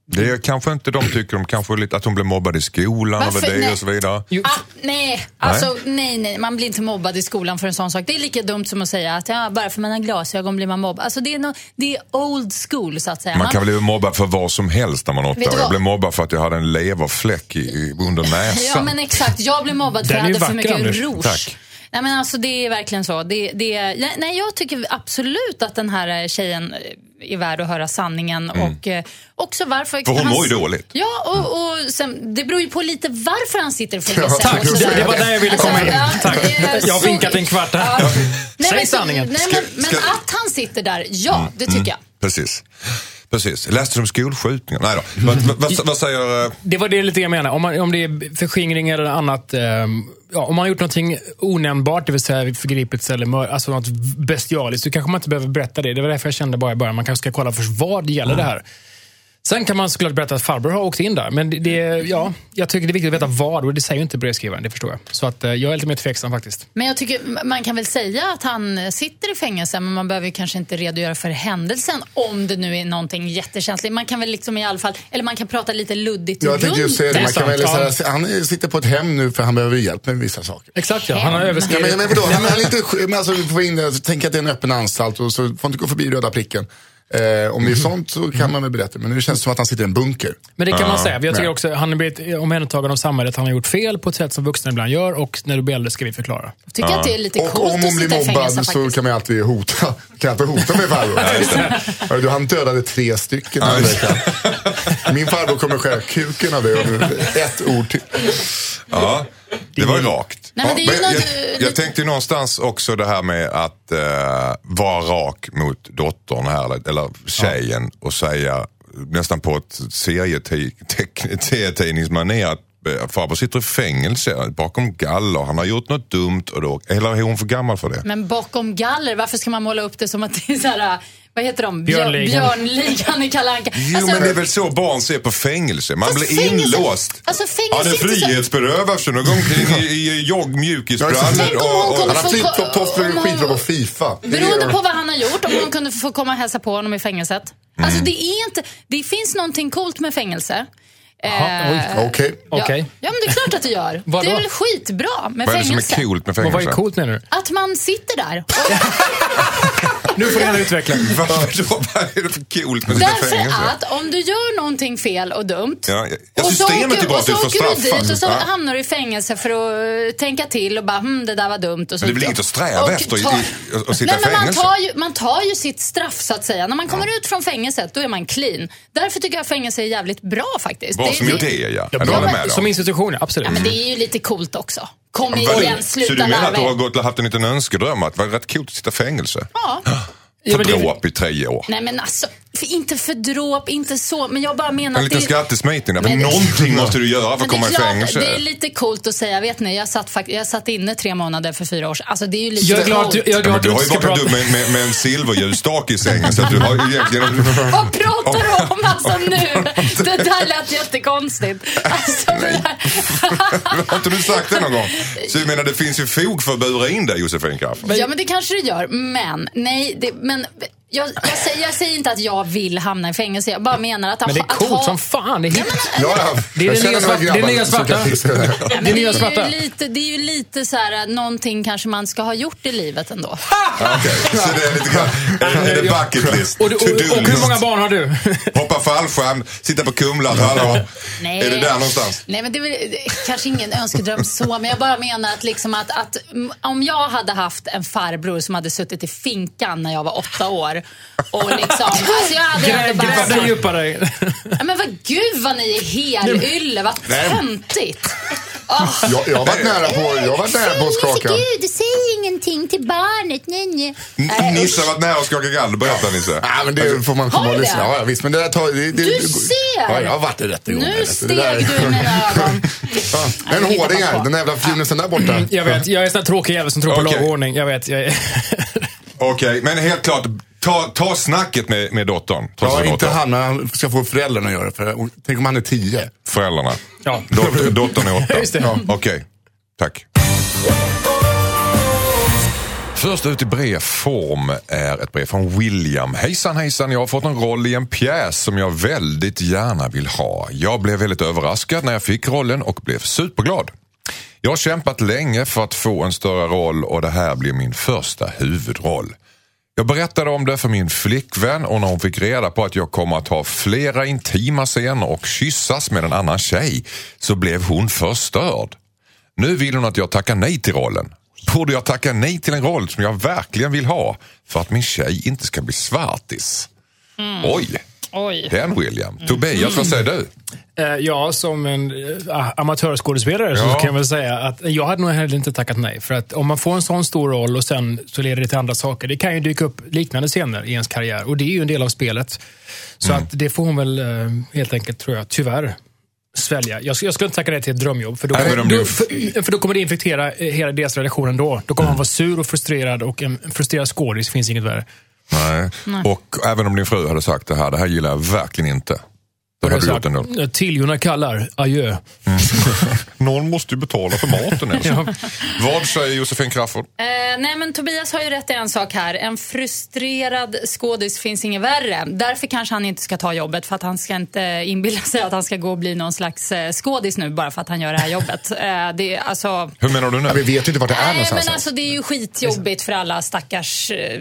S4: Det är kanske inte de tycker. De kanske är lite att hon blev mobbad i skolan
S7: Varför?
S4: över dig
S7: Nej.
S4: och så vidare.
S7: Ah, nej, alltså nej, nej. Man blir inte mobbad i skolan för en sån sak. Det är lika dumt som att säga att ja, bara för man har glasögon blir man mobbad. Alltså det är, no, det är old school så att säga.
S4: Man kan bli mobbad för vad som helst när man är
S7: Vet
S4: åtta
S7: du
S4: år. Jag
S7: vad?
S4: blev mobbad för att jag hade en leverfläck i, i, under
S7: Ja
S4: näsan.
S7: men exakt, jag blev mobbad för
S5: Den
S7: jag
S5: är ju
S7: hade
S5: vacker,
S7: för mycket
S5: Anders.
S7: rouge.
S4: Tack.
S7: Nej men alltså det är verkligen så. Det, det, nej, nej jag tycker absolut att den här eh, tjejen eh, är värd att höra sanningen och eh, också varför...
S4: För hon
S7: han-
S4: mår ju dåligt.
S7: Ja och, och sen, det beror ju på lite varför han sitter i fängelse.
S8: Tack,
S7: också, Alltså, så
S8: det-
S7: här.
S8: det var
S5: där jag ville komma in.
S7: ja,
S5: Tack.
S7: eh,
S5: Jag har
S7: så-
S5: vinkat en kvart här.
S7: Ja.
S5: Säg
S7: men så-
S5: sanningen.
S7: Nej,
S4: Ska-
S7: men, men
S4: ska-
S7: att han sitter där, ja det tycker jag.
S4: Precis. Precis. Jag läste om skolskjutningar. Nej då. Vad, vad, vad, vad säger... eh,
S5: Det var det lite jag menade. Om, man, om det är förskingring eller annat. Eh, ja, om man har gjort någonting onämnbart, det vill säga förgripits eller mör, alltså något bestialiskt, så kanske man inte behöver berätta det. Det var därför jag kände bara i början, man kanske ska kolla först vad det gäller det här. Sen kan man såklart berätta att farbror har åkt in där. Men det, det, ja, jag tycker det är viktigt att veta vad och det säger ju inte brevskrivaren, det förstår jag. Så att, eh, jag är lite mer tveksam faktiskt.
S7: Men jag tycker man kan väl säga att han sitter i fängelse men man behöver ju kanske inte redogöra för händelsen om det nu är någonting jättekänsligt. Man kan väl liksom i alla fall, eller man kan prata lite luddigt
S8: Jag tänkte just säga det, man kan väl,
S5: Det är sant, ja.
S8: så här, han sitter på ett hem nu för han behöver hjälp med vissa saker.
S5: Exakt ja, han har
S7: Hem.
S8: Ja,
S5: överskridit.
S8: men, men vadå, Nej, men han är inte, sj- men alltså, vi får in det, alltså, tänk att det är en öppen anstalt och så får inte gå förbi röda pricken. Eh, om det
S7: Mm.
S8: är sånt så kan man väl berätta, men nu känns det som att han sitter i en bunker.
S5: Men det kan man säga. Jag tycker
S8: men-
S5: också, han har blivit omhändertagen av samhället. Han har gjort fel på ett sätt som vuxna ibland gör och när du blir äldre ska vi förklara.
S7: Jag tycker att det är lite
S8: Och
S7: coolt
S8: om hon
S7: att
S8: blir
S7: sitta i fängelse
S8: mobbad så
S7: faktiskt.
S8: kan man ju alltid hota. *laughs* Kan jag inte hota med farbror? Hörru du, han dödade tre stycken den här veckan. Min farbror kommer skära kuken av det om ett ord till.
S4: Ja, det var ju rakt.
S7: Nej, men det är ju
S4: Ja,
S7: något-
S4: jag, jag tänkte ju någonstans också det här med att eh, vara rak mot dottern här, eller- eller tjejen och säga nästan på ett *laughs* serietidningsmanér att eh, farbror sitter i fängelse bakom galler, han har gjort något dumt och då, eller är hon för gammal för det?
S7: Men bakom galler, varför ska man måla upp det som att det är så här, vad heter de? Björ-
S5: Björnligan.
S7: Björnligan i Kalle Anka.
S4: Jo
S7: Alltså,
S4: men det är väl så barn ser på fängelse, man
S7: Fast
S4: blir
S7: fängelse-
S4: inlåst.
S7: alltså, fängelse
S4: ja, det
S7: är inte så-
S4: frihetsberövas och går omkring i, i, i jogg, mjukisbrallor
S7: Tänk om hon
S4: och, och
S7: kunde
S8: Han har
S7: få-
S8: flip-flop-tofflor
S7: om
S8: och
S7: hon-
S8: skitbra på Fifa. Det är-
S7: Beroende på vad han har gjort, om hon kunde få komma och hälsa på honom i fängelset. Alltså
S8: Mm.
S7: det är inte, det finns någonting coolt med fängelse. Eh,
S5: Jaha, oj.
S8: Okej.
S5: Okej.
S7: Ja, ja, men det är klart att det gör.
S5: *laughs* Vadå?
S7: det är väl skitbra med
S4: Vad är det som
S7: fängelse.
S4: är coolt med
S5: Men vad är
S4: fängelse?
S5: coolt menar du?
S7: Att man sitter
S4: *laughs*
S7: där. Och
S5: Nu får du gärna utveckla.
S4: Varför då? Vad är det för coolt med sitt
S7: därför
S4: fängelse?
S7: att om du gör någonting fel och dumt.
S4: Ja, ja, ja,
S7: och så
S4: systemet
S7: åker-
S4: är bra
S7: och så
S4: att du får
S7: åker du
S4: straff,
S7: dit och
S4: faktiskt.
S7: så
S4: Ja.
S7: hamnar du i fängelse för att eh, tänka till och bara hm, det där var dumt. Och så
S4: Men det blir inget att sträva efter i- i- att sitta
S7: Nej,
S4: i
S7: men man
S4: fängelse.
S7: tar, ju, man tar ju sitt straff så att säga. När man kommer ut från fängelset då är man clean. Därför tycker jag fängelse är jävligt bra faktiskt.
S4: Bra
S7: Det-
S4: som
S7: det-
S4: idé, ja. ja,
S5: Ja,
S4: det håller jag med
S5: som
S4: om.
S5: institution, ja, absolut.
S7: Ja, men det är ju lite coolt också. Kom
S4: Vad-
S7: igen,
S4: Så
S7: sluta
S4: du menar att du
S7: larva
S4: har
S7: er.
S4: gått och haft en liten önskedröm att det var rätt coolt att sitta i fängelse? *gasps*
S7: Ja.
S5: Ja,
S4: För
S5: men det-
S4: dråp i tre år.
S7: Nej men alltså, för, inte för dråp, inte så, men jag bara menar
S4: En
S7: att det,
S4: liten skattesmitning där. Men
S7: Nej, det-
S4: någonting måste du göra för
S7: men
S4: att
S7: det,
S4: komma
S7: är
S4: i
S7: klart,
S4: fängelse.
S7: det är lite coolt att säga, vet ni, jag satt, fakt- jag satt inne tre månader för fyra år sedan. Alltså det är ju lite
S5: Jag är glad att
S7: coolt.
S5: du,
S4: Ja,
S5: jag är glad
S4: men
S5: att
S4: du
S5: du
S4: har
S5: inte
S4: ju
S5: ska
S4: varit
S5: prata...
S4: en med, med, med en silverljusstake i sängen så att du har ju egentligen...
S7: Vad pratar du om
S4: *laughs*
S7: alltså nu? Det där lät jättekonstigt. Alltså, det där,
S4: Har inte du sagt det någon gång? Så jag menar det finns ju fog för att bura in dig Josefin Crafoord.
S7: ja men det kanske det gör, men nej, det, men jag, jag, säger, jag säger inte att jag vill hamna i fängelse, jag bara menar att...
S5: Men det är
S7: att ha-
S5: coolt som fan. Det är hippt.
S8: Ja, ja.
S5: Det är
S8: Jag
S5: det nya
S8: känner några
S5: svart- det är
S8: grabbar
S5: nya
S8: som kan
S5: svarta.
S8: fixa det här.
S5: Det är
S7: Det
S5: nya svarta.
S7: är, ju lite, det är ju lite så här, eh, någonting kanske man ska ha gjort i livet ändå.
S4: Okej, så det är lite grann,
S5: *laughs*
S4: är, är det bucket list?
S5: Och, du- och,
S4: To do
S5: och hur många
S4: list?
S5: barn har du?
S4: Hoppa fallskärm, sitta på Kumla ett halvår.
S7: Nej.
S4: Är det där någonstans?
S7: Nej, men det är väl det är kanske ingen önskedröm så, men jag bara menar att, liksom att, att mm, om jag hade haft en farbror som hade suttit i finkan när jag var åtta år och
S8: *laughs*
S7: liksom, alltså jag hade ju ändå bara...
S5: Gräv djupare.
S7: Ja, men vad gud vad ni är helylle, vad töntigt. Åh.
S8: Jag, jag har varit nära på, jag har varit nära på att skaka.
S7: Gud, säg ingenting till barnet. Nej, nej.
S4: N- Nisse har varit nära och skakat galler, berätta Nisse.
S8: Ja, men det får man komma
S7: Har
S8: och
S7: du
S8: lyssna.
S7: det?
S8: Ja, visst. Men det där tar... Det, det,
S7: Du ser!
S8: Ja, jag har varit i rättegången.
S7: Nu
S8: alltså. Det där-
S7: steg du i
S8: *laughs*
S7: mina ögon.
S8: Ja,
S7: Nej,
S8: en
S7: det hittar
S8: hårding
S7: man
S8: här.
S7: på.
S8: Den där jävla fjunusen där borta.
S5: Mm, Jag vet, jag är en sån här tråkig jävel som tror på
S4: Okej.
S5: lag och ordning. Jag vet, jag är...
S4: Okej, men helt klart Ta, ta snacket med, med dottern. Ta
S9: Ja,
S4: sig
S9: inte
S4: dottern.
S9: han, men han ska få föräldrarna att göra det. För, tänk om han är tio.
S4: Föräldrarna.
S5: Ja.
S4: Dot, dottern är åtta.
S5: *laughs* Just det. Ja.
S4: Okej, tack. Först ut i brevform är ett brev från William. Hejsan hejsan, jag har fått en roll i en pjäs som jag väldigt gärna vill ha. Jag blev väldigt överraskad när jag fick rollen och blev superglad. Jag har kämpat länge för att få en större roll och det här blir min första huvudroll. Jag berättade om det för min flickvän och när hon fick reda på att jag kommer att ha flera intima scener och kyssas med en annan tjej så blev hon förstörd. Nu vill hon att jag tackar nej till rollen. Borde jag tacka nej till en roll som jag verkligen vill ha för att min tjej inte ska bli svartis? Oj,
S7: Oj.
S4: den William. Tobias, vad säger du?
S5: Eh, Ja, som en eh, amatörskådespelare
S4: Ja.
S5: så kan jag väl säga att jag hade nog heller inte tackat nej. För att om man får en sån stor roll och sen så leder det till andra saker. Det kan ju dyka upp liknande scener i ens karriär och det är ju en del av spelet. Så
S4: Mm.
S5: att det får hon väl eh, helt enkelt, tror jag, tyvärr svälja. Jag, sk- jag skulle inte tacka nej till ett drömjobb. För då,
S4: Nej, men om
S5: då,
S4: du-
S5: för, för då kommer det infektera eh, hela deras relation ändå. Då
S4: Mm.
S5: kommer han vara sur och frustrerad och en frustrerad skådis finns inget värre.
S4: Nej. Och även om din fru hade sagt det här, det här gillar jag verkligen inte. Då hade du gjort ändå.
S5: Sagt, eh, Tiljorna kallar, adjö.
S4: Någon måste ju betala för maten. *laughs* Elsa.
S5: Ja.
S4: Vad säger Josefin Crafoord?
S7: Eh, nej men Tobias har ju rätt i en sak här. En frustrerad skådis finns inget värre. Därför kanske han inte ska ta jobbet för att han ska inte inbilla sig att han ska gå och bli någon slags eh, skådis nu bara för att han gör det här jobbet. Eh, det, är alltså,
S4: Hur menar du
S8: Vi
S4: nu?
S8: vet ju inte vart det är
S7: nej
S8: någonstans.
S7: men alltså det är ju skitjobbigt för alla stackars eh,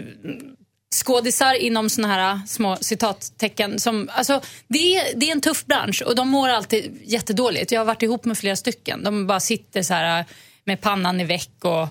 S7: skådisar inom såna här eh, små citattecken. Som, alltså, det, är, det är en tuff bransch och de mår alltid jättedåligt. Jag har varit ihop med flera stycken. De bara sitter så här eh, med pannan i väck och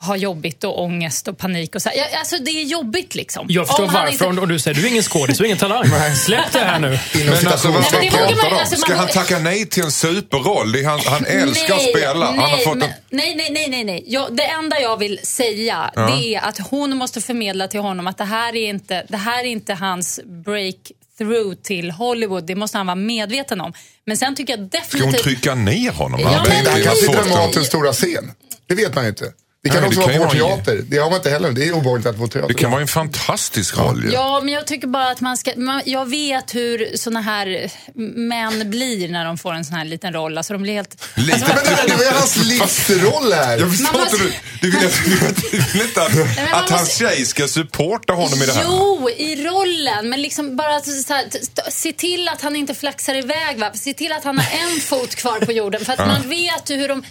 S7: har jobbigt och ångest och panik. Och så här. Ja, Alltså, det är jobbigt liksom.
S5: Jag förstår
S7: Om han
S5: varför.
S7: inte-
S5: Om du säger du är ingen skådis, du är ingen talang. *laughs* Släpp det här nu.
S4: Men alltså, vad
S7: Nej, men det vågar man-
S4: pratar de?
S7: alltså, man-
S4: Ska han tacka nej till en superroll? Det är Han, han älskar att spela. Han har
S7: nej,
S4: fått
S7: men-
S4: en...
S7: nej, nej, nej, nej, nej. Jag, det enda jag vill säga det är att hon måste förmedla till honom att det här är inte, det här är inte hans breakthrough till Hollywood. Det måste han vara medveten om. Men sen tycker jag
S4: Ska hon
S7: definitivt...
S4: trycka ner honom?
S7: Ja,
S4: Han
S7: men-
S4: vet
S8: Det här
S4: inte
S8: kanske
S4: hur
S8: är
S4: svårt det är.
S8: Dramatens stora scen. Det vet man ju inte. Det kan
S4: Nej,
S8: också
S4: det kan
S8: vara på
S4: ju vara-
S8: teater. Det har man inte heller. Det är obehagligt att få teater.
S4: Det kan vara en fantastisk roll ju.
S7: Ja, men jag tycker bara att man ska... Man, jag vet hur såna här män blir när de får en sån här liten roll. Alltså de blir helt...
S4: Lite-
S8: Men det
S4: *laughs*
S8: här, det var ju hans livsroll här.
S4: Jag förstår
S7: Man
S4: inte, du,
S7: måste-
S4: du vill, du vill inte att,
S7: man
S4: att hans
S7: måste-
S4: tjej ska supporta honom i det här.
S7: Jo, i rollen. Men liksom bara att så här, t- t- se till att han inte flaxar iväg. Va? Se till att han har
S4: *laughs*
S7: en fot kvar på jorden. För att man vet ju hur de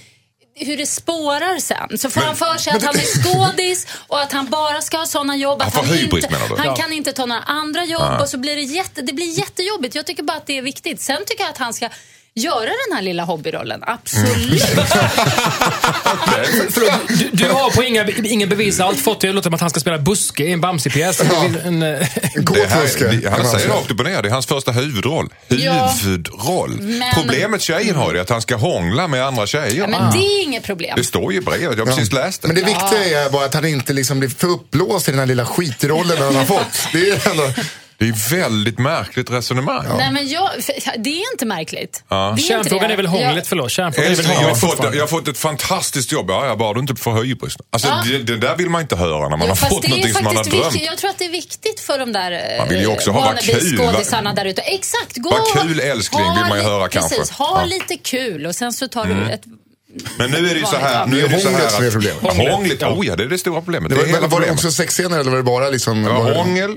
S7: hur det spårar sen. Så får han för sig att han är skådis och att han bara ska ha sådana jobb.
S4: Han
S7: Att
S4: får hybris,
S7: inte,
S4: menar du?
S7: han
S4: Ja.
S7: kan inte ta några andra jobb och så blir det, jätte, det blir jättejobbigt. Jag tycker bara att det är viktigt. Sen tycker jag att han ska göra den här lilla hobbyrollen. Absolut.
S4: Mm.
S5: Du, du har på inga, ingen bevis allt fått det att låta som att han ska spela buske i en Bamse-pjäs. En, eh,
S8: Gå
S4: Det
S8: och
S4: här, det-
S8: fuska.
S4: han säger rakt upp och ner, det är hans första huvudroll.
S7: Ja.
S4: Huvudroll.
S7: Men-
S4: Problemet tjejen har är att han ska hångla med andra tjejer.
S7: Men det är inget problem.
S4: Det står ju i brevet, jag har precis läst det.
S8: Men det viktiga är bara att han inte liksom blir för uppblåst i den här lilla skitrollen han har fått. Det är ändå...
S4: Det är väldigt märkligt resonemang.
S7: Nej, men jag, för- det är inte märkligt. Det är inte
S5: kärnfrågan
S7: det.
S5: är väl hångligt,
S7: Jag-
S5: förlåt. Kärnfrågan är väl
S4: Älskling, jag har,
S5: hångligt
S4: fått, jag
S5: fortfarande.
S4: har fått ett fantastiskt jobb. Ja, ja, bara du inte får hybris. Alltså, det, det där vill man inte höra när man
S7: Jo,
S4: har
S7: fast
S4: fått
S7: det är
S4: någonting som man har
S7: faktiskt
S4: drömt.
S7: viktigt. Jag tror att det är viktigt för de där
S4: Man vill ju
S7: eh,
S4: också ha vad kul,
S7: wannabe-skådisarna
S4: va?
S7: där ute. Exakt. Gå
S4: Vad
S7: och-
S4: kul, älskling,
S7: ha
S4: vill man ju
S7: li-
S4: höra kanske.
S7: Precis, ha
S4: Ja. Mm.
S7: lite kul och sen så tar du ett...
S4: Men nu är det ju så här.
S7: Vanligt,
S4: Nu är det ju så här
S8: Hånglet som är
S4: att,
S8: problemet.
S5: Hånglet,
S4: hångligt,
S5: ja.
S4: oh ja, det är det stora problemet.
S8: Det
S4: Det är
S8: var,
S4: hela
S8: var det
S4: problemet.
S8: också sexscener eller var det bara liksom...
S4: Det
S8: bara-
S4: var hångel,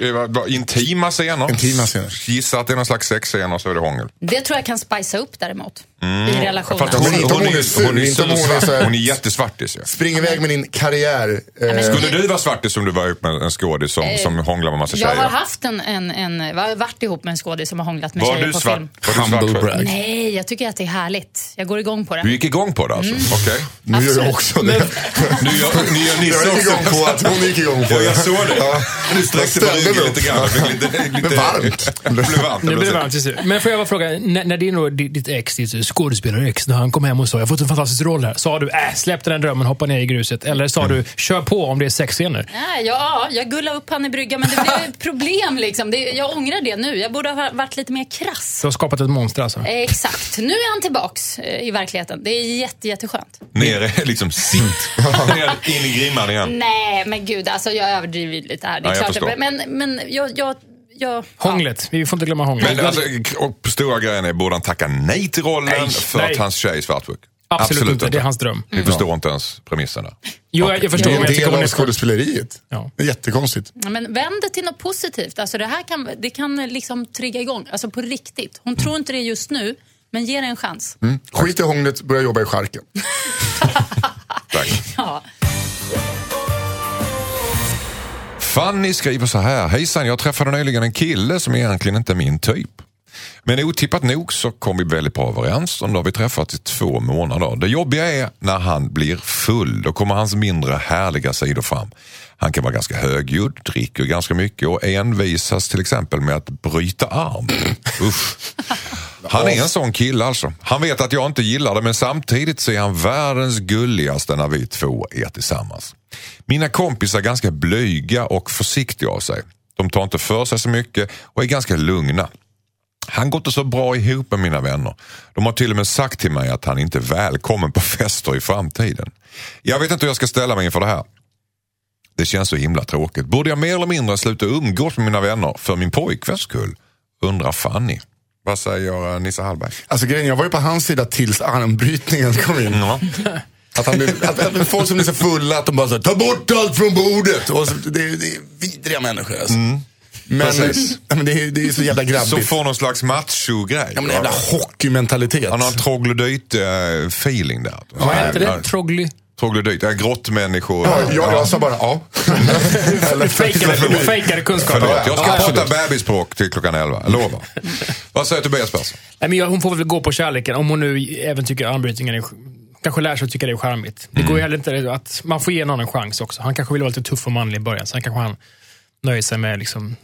S4: eh, vad- vad- intima scener.
S8: Intima scener.
S4: Gissa att det är någon slags sexscener så är det hångel.
S7: Det tror jag kan spicea upp däremot.
S4: Mm.
S7: I relationen.
S4: Fast
S8: Ja,
S4: hon,
S8: men
S4: hon,
S8: inte om
S4: är
S8: hon är
S4: ju-
S8: sur,
S4: hon är ju
S8: inte om hon är
S4: sursvart.
S8: så här-
S4: Hon är jättesvartis. Ja.
S8: Spring iväg med din karriär. Eh,
S4: Skulle du vara svartis om du var ihop med en skådis som, som hånglar med massa
S7: Eh. Jag har
S4: tjejer?
S7: haft en, en, en... Jag har varit ihop med en skådis som har hånglat med
S4: Var
S7: tjejer
S4: du
S7: på
S4: svart?
S7: film.
S4: Var du svart?
S9: Humble
S4: för-
S9: brag.
S7: Nej, jag tycker att det är härligt. Jag går igång på det.
S4: Du gick igång på det alltså?
S8: Mm.
S4: Okej.
S8: nu gör jag
S7: absolut.
S8: också det.
S4: Nu gör, nu gör
S8: *laughs* Jag
S4: Nisse
S8: gick igång
S4: också
S8: på att hon gick igång på
S4: Ja, jag
S8: det.
S4: såg det. Nu sträckte på
S8: Jag ställde
S4: ryggen
S8: mig
S4: lite grann. Det blev lite, lite,
S8: varmt.
S4: Det blev varmt.
S5: Nu blir det
S4: plötsligt.
S5: varmt till slut. Men får jag bara fråga, när, när din, ditt ex, ditt skådespelare X när han kom hem och sa jag har fått en fantastisk roll här. Sa du äh, släpp den här drömmen, hoppa ner i gruset. Eller sa du kör på om det är sexscener.
S7: Nej, ja, jag gullade upp han i bryggan, men det blev
S4: *laughs*
S7: ett problem. Liksom. Det, jag ångrar det nu. Jag borde ha varit lite mer krass.
S5: Du har skapat ett monster alltså.
S7: Eh, Exakt. Nu är han tillbaks eh, i verkligheten. Det är jätte, jätteskönt.
S4: Nere, liksom sitt. Ner, in i grimman igen.
S7: Nej, men gud. Alltså, jag överdriver ju lite här. Det är
S4: Ja, jag
S7: klart
S4: förstår.
S7: jag men, men jag... jag, jag
S5: Hånglet. Vi får inte glömma hånglet.
S4: Men alltså, och stora grejen är, borde han tacka nej till rollen
S5: Nej,
S4: för
S5: nej.
S4: att hans tjej är svartsjuk?
S5: Absolut, inte. Det är hans dröm.
S4: Vi förstår inte ens premissen där.
S5: Jo, jag, jag förstår.
S8: Det
S5: men jag
S8: är en
S5: tycker
S8: del
S5: hon
S8: av
S5: är skådespelare.
S8: skådespeleriet.
S5: Ja.
S8: Det är jättekonstigt.
S7: Ja, Men vänd det till något positivt. Alltså det här kan, det kan liksom trigga igång, alltså på riktigt. Hon tror inte det just nu, men ge det en chans.
S4: Mm.
S5: Mm.
S8: Skit i hånglet, börja jobba i charken.
S4: Tack.
S7: Ja.
S4: Fanny skriver så här. Hejsan, jag träffade nyligen en kille som egentligen inte är min typ. Men otippat nog så kom vi väldigt bra överens och nu har vi träffats i två månader. Det jobbiga är när han blir full, då kommer hans mindre härliga sidor fram. Han kan vara ganska högljudd, dricker ganska mycket och envisas till exempel med att bryta arm. Usch. Han är en sån kille alltså. Han vet att jag inte gillar det men samtidigt så är han världens gulligaste när vi två är tillsammans. Mina kompisar är ganska blyga och försiktiga av sig. De tar inte för sig så mycket och är ganska lugna. Han går inte så bra ihop med mina vänner. De har till och med sagt till mig att han inte är välkommen på fester i framtiden. Jag vet inte hur jag ska ställa mig inför det här. Det känns så himla tråkigt. Borde jag mer eller mindre sluta umgås med mina vänner för min pojkväns skull? Undrar Fanny. Vad säger eh, Nisse Hallberg?
S8: Alltså grejen, jag var ju på hans sida tills armbrytningen kom in. Att, han blev, *laughs* att, att folk som blir så fulla att de bara säger ta bort allt från bordet. Och så, det, är- det är vidriga människor alltså. Men,
S4: Mm. Precis.
S8: ja, men det, är, det är så jävla grabbigt.
S4: Så får någon slags macho-grej.
S8: ja, men jävla hockeymentalitet.
S4: Han har en troglodyt-feeling där.
S5: Vad hette det?
S4: Ja,
S5: Trogly?
S4: Troglodyt, ja, grottmänniskor.
S8: Ja, jag, jag sa bara
S4: *laughs*
S8: ja. Eller-
S5: Du fejkade, du fejkade kunskapen.
S4: Förlåt, jag ska
S5: Ja, absolut.
S4: prata bebisspråk till klockan 11, jag lovar. Vad säger Tobias Persson?
S5: Nej, men jag, hon får väl gå på kärleken om hon nu även tycker armbrytningen är... Kanske lär sig att tycka det är charmigt. Det går ju heller inte att... Man får ge någon en chans också. Han kanske vill vara lite tuff och manlig i början. Sen kanske han nöjer sig med liksom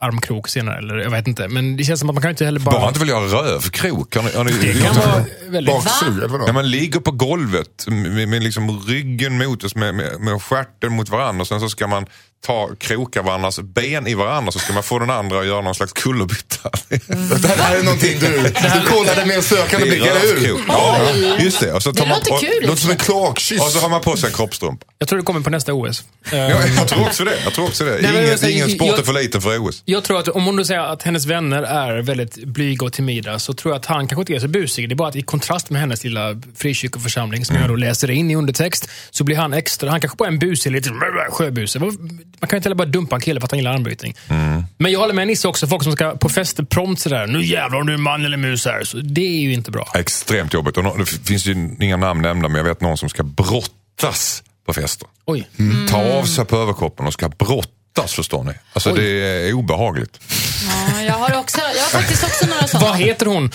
S5: armkrok senare. Eller jag vet inte. Men det känns som att man kan ju inte heller bara...
S4: Bara han inte vill göra rövkrok. Har ni, har ni,
S5: Det kan vara väldigt...
S8: Baksug, eller
S4: När
S8: vadå?
S4: man ligger på golvet med, med liksom ryggen mot oss, med, med, med stjärten mot varandra och sen så ska man ta kroka varandras ben i varandra så ska man få den andra att göra någon slags kullerbytta. Mm.
S8: Det här är någonting du, du kollade med en sökande blick, eller hur?
S4: Ja, just det. Och så tar
S7: Det
S4: man,
S7: låter
S4: och,
S7: kul.
S8: Låter som en kloakkyss.
S4: Och så har man på sig en kroppstrumpa.
S5: Jag tror det kommer på nästa OS. Eh,
S4: Ja, jag tror också det. Jag tror också det.
S5: men jag
S4: Ingen,
S5: säger-
S4: ingen sport är
S5: jag-
S4: för liten för OS.
S5: Jag tror att om hon då säger att hennes vänner är väldigt blyga och timida så tror jag att han kanske inte är så busig. Det är bara att i kontrast med hennes lilla frikyrkoförsamling som jag då läser in i undertext så blir han extra. Han kanske bara är en busig liten sjöbuse. Man kan ju inte heller bara dumpa en kille för att han gillar armbrytning. Men jag håller med Nisse också. Folk som ska på fester prompt sådär. Nu jävlar om du är man eller mus här. Så det är ju inte bra.
S4: Extremt jobbigt. Och nå- det finns ju inga namn nämnda men jag vet någon som ska brottas på fester.
S5: Oj.
S4: Ta av sig på överkroppen och ska brottas förstår ni. Alltså det är obehagligt.
S7: Ja, jag, har också, jag har faktiskt också några sådana.
S5: Vad heter hon?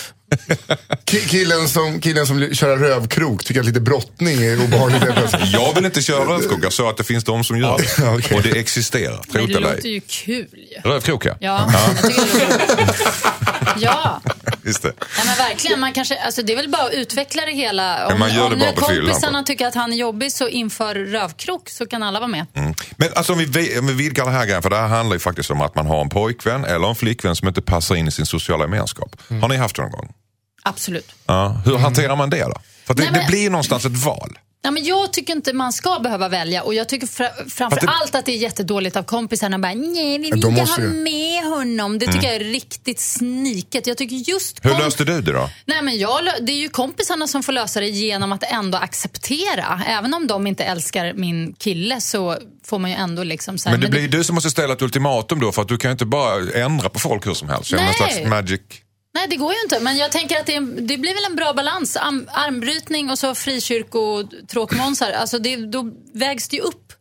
S8: Ki- Killen som, killen som li- kör rövkrok tycker att lite brottning är obehagligt. helt plötsligt.
S4: Jag vill inte köra rövkrok, jag sa att det finns de som gör det.
S7: *laughs*
S8: Ja, okej.
S4: Och det existerar, tro
S7: Men
S4: det
S7: det
S4: eller
S7: låter
S4: ej.
S7: ju kul ju.
S4: Rövkrok ja.
S7: Ja, jag tycker det låter Ja,
S4: *laughs* Just det.
S7: ja men verkligen. Man kanske, alltså det är väl bara att utveckla det hela. Om,
S4: Men man gör det
S7: om
S4: bara
S7: nu
S4: på fyllan,
S7: kompisarna
S4: bara.
S7: tycker att han är jobbig så inför rövkrok så kan alla vara med.
S4: Mm. Men alltså om vi, vi- om vi vidgar den här grejen, för det här handlar ju faktiskt om att man har en pojkvän eller en flickvän som inte passar in i sin sociala gemenskap.
S7: Mm.
S4: Har ni haft det någon gång?
S7: Absolut.
S4: Ja. Hur hanterar man det då? För att det,
S7: Mm. Nej, men-
S4: det blir ju någonstans ett val.
S7: Nej, men jag tycker inte man ska behöva välja och jag tycker fra, framför
S4: Fast det-
S7: allt att det är jättedåligt av kompisarna bara nej vi vill
S8: De
S7: inte
S8: måste
S7: ha
S8: ju.
S7: med honom. Det tycker jag är riktigt sniket. Jag tycker just
S4: Mm. Hur
S7: kom-
S4: löste du det då?
S7: Nej, men jag, lö- det är ju kompisarna som får lösa det genom att ändå acceptera. Även om de inte älskar min kille så får man ju ändå liksom så här,
S4: Men det blir ju du som måste ställa ett ultimatum då för att du kan ju inte bara ändra på folk hur som helst. Känna någon
S7: Nej.
S4: slags magic.
S7: Nej, det går ju inte. Men jag tänker att det, är, en- det blir väl en bra balans. Am, armbrytning och så frikyrkotråkmånsar. Alltså det, då vägs det ju upp.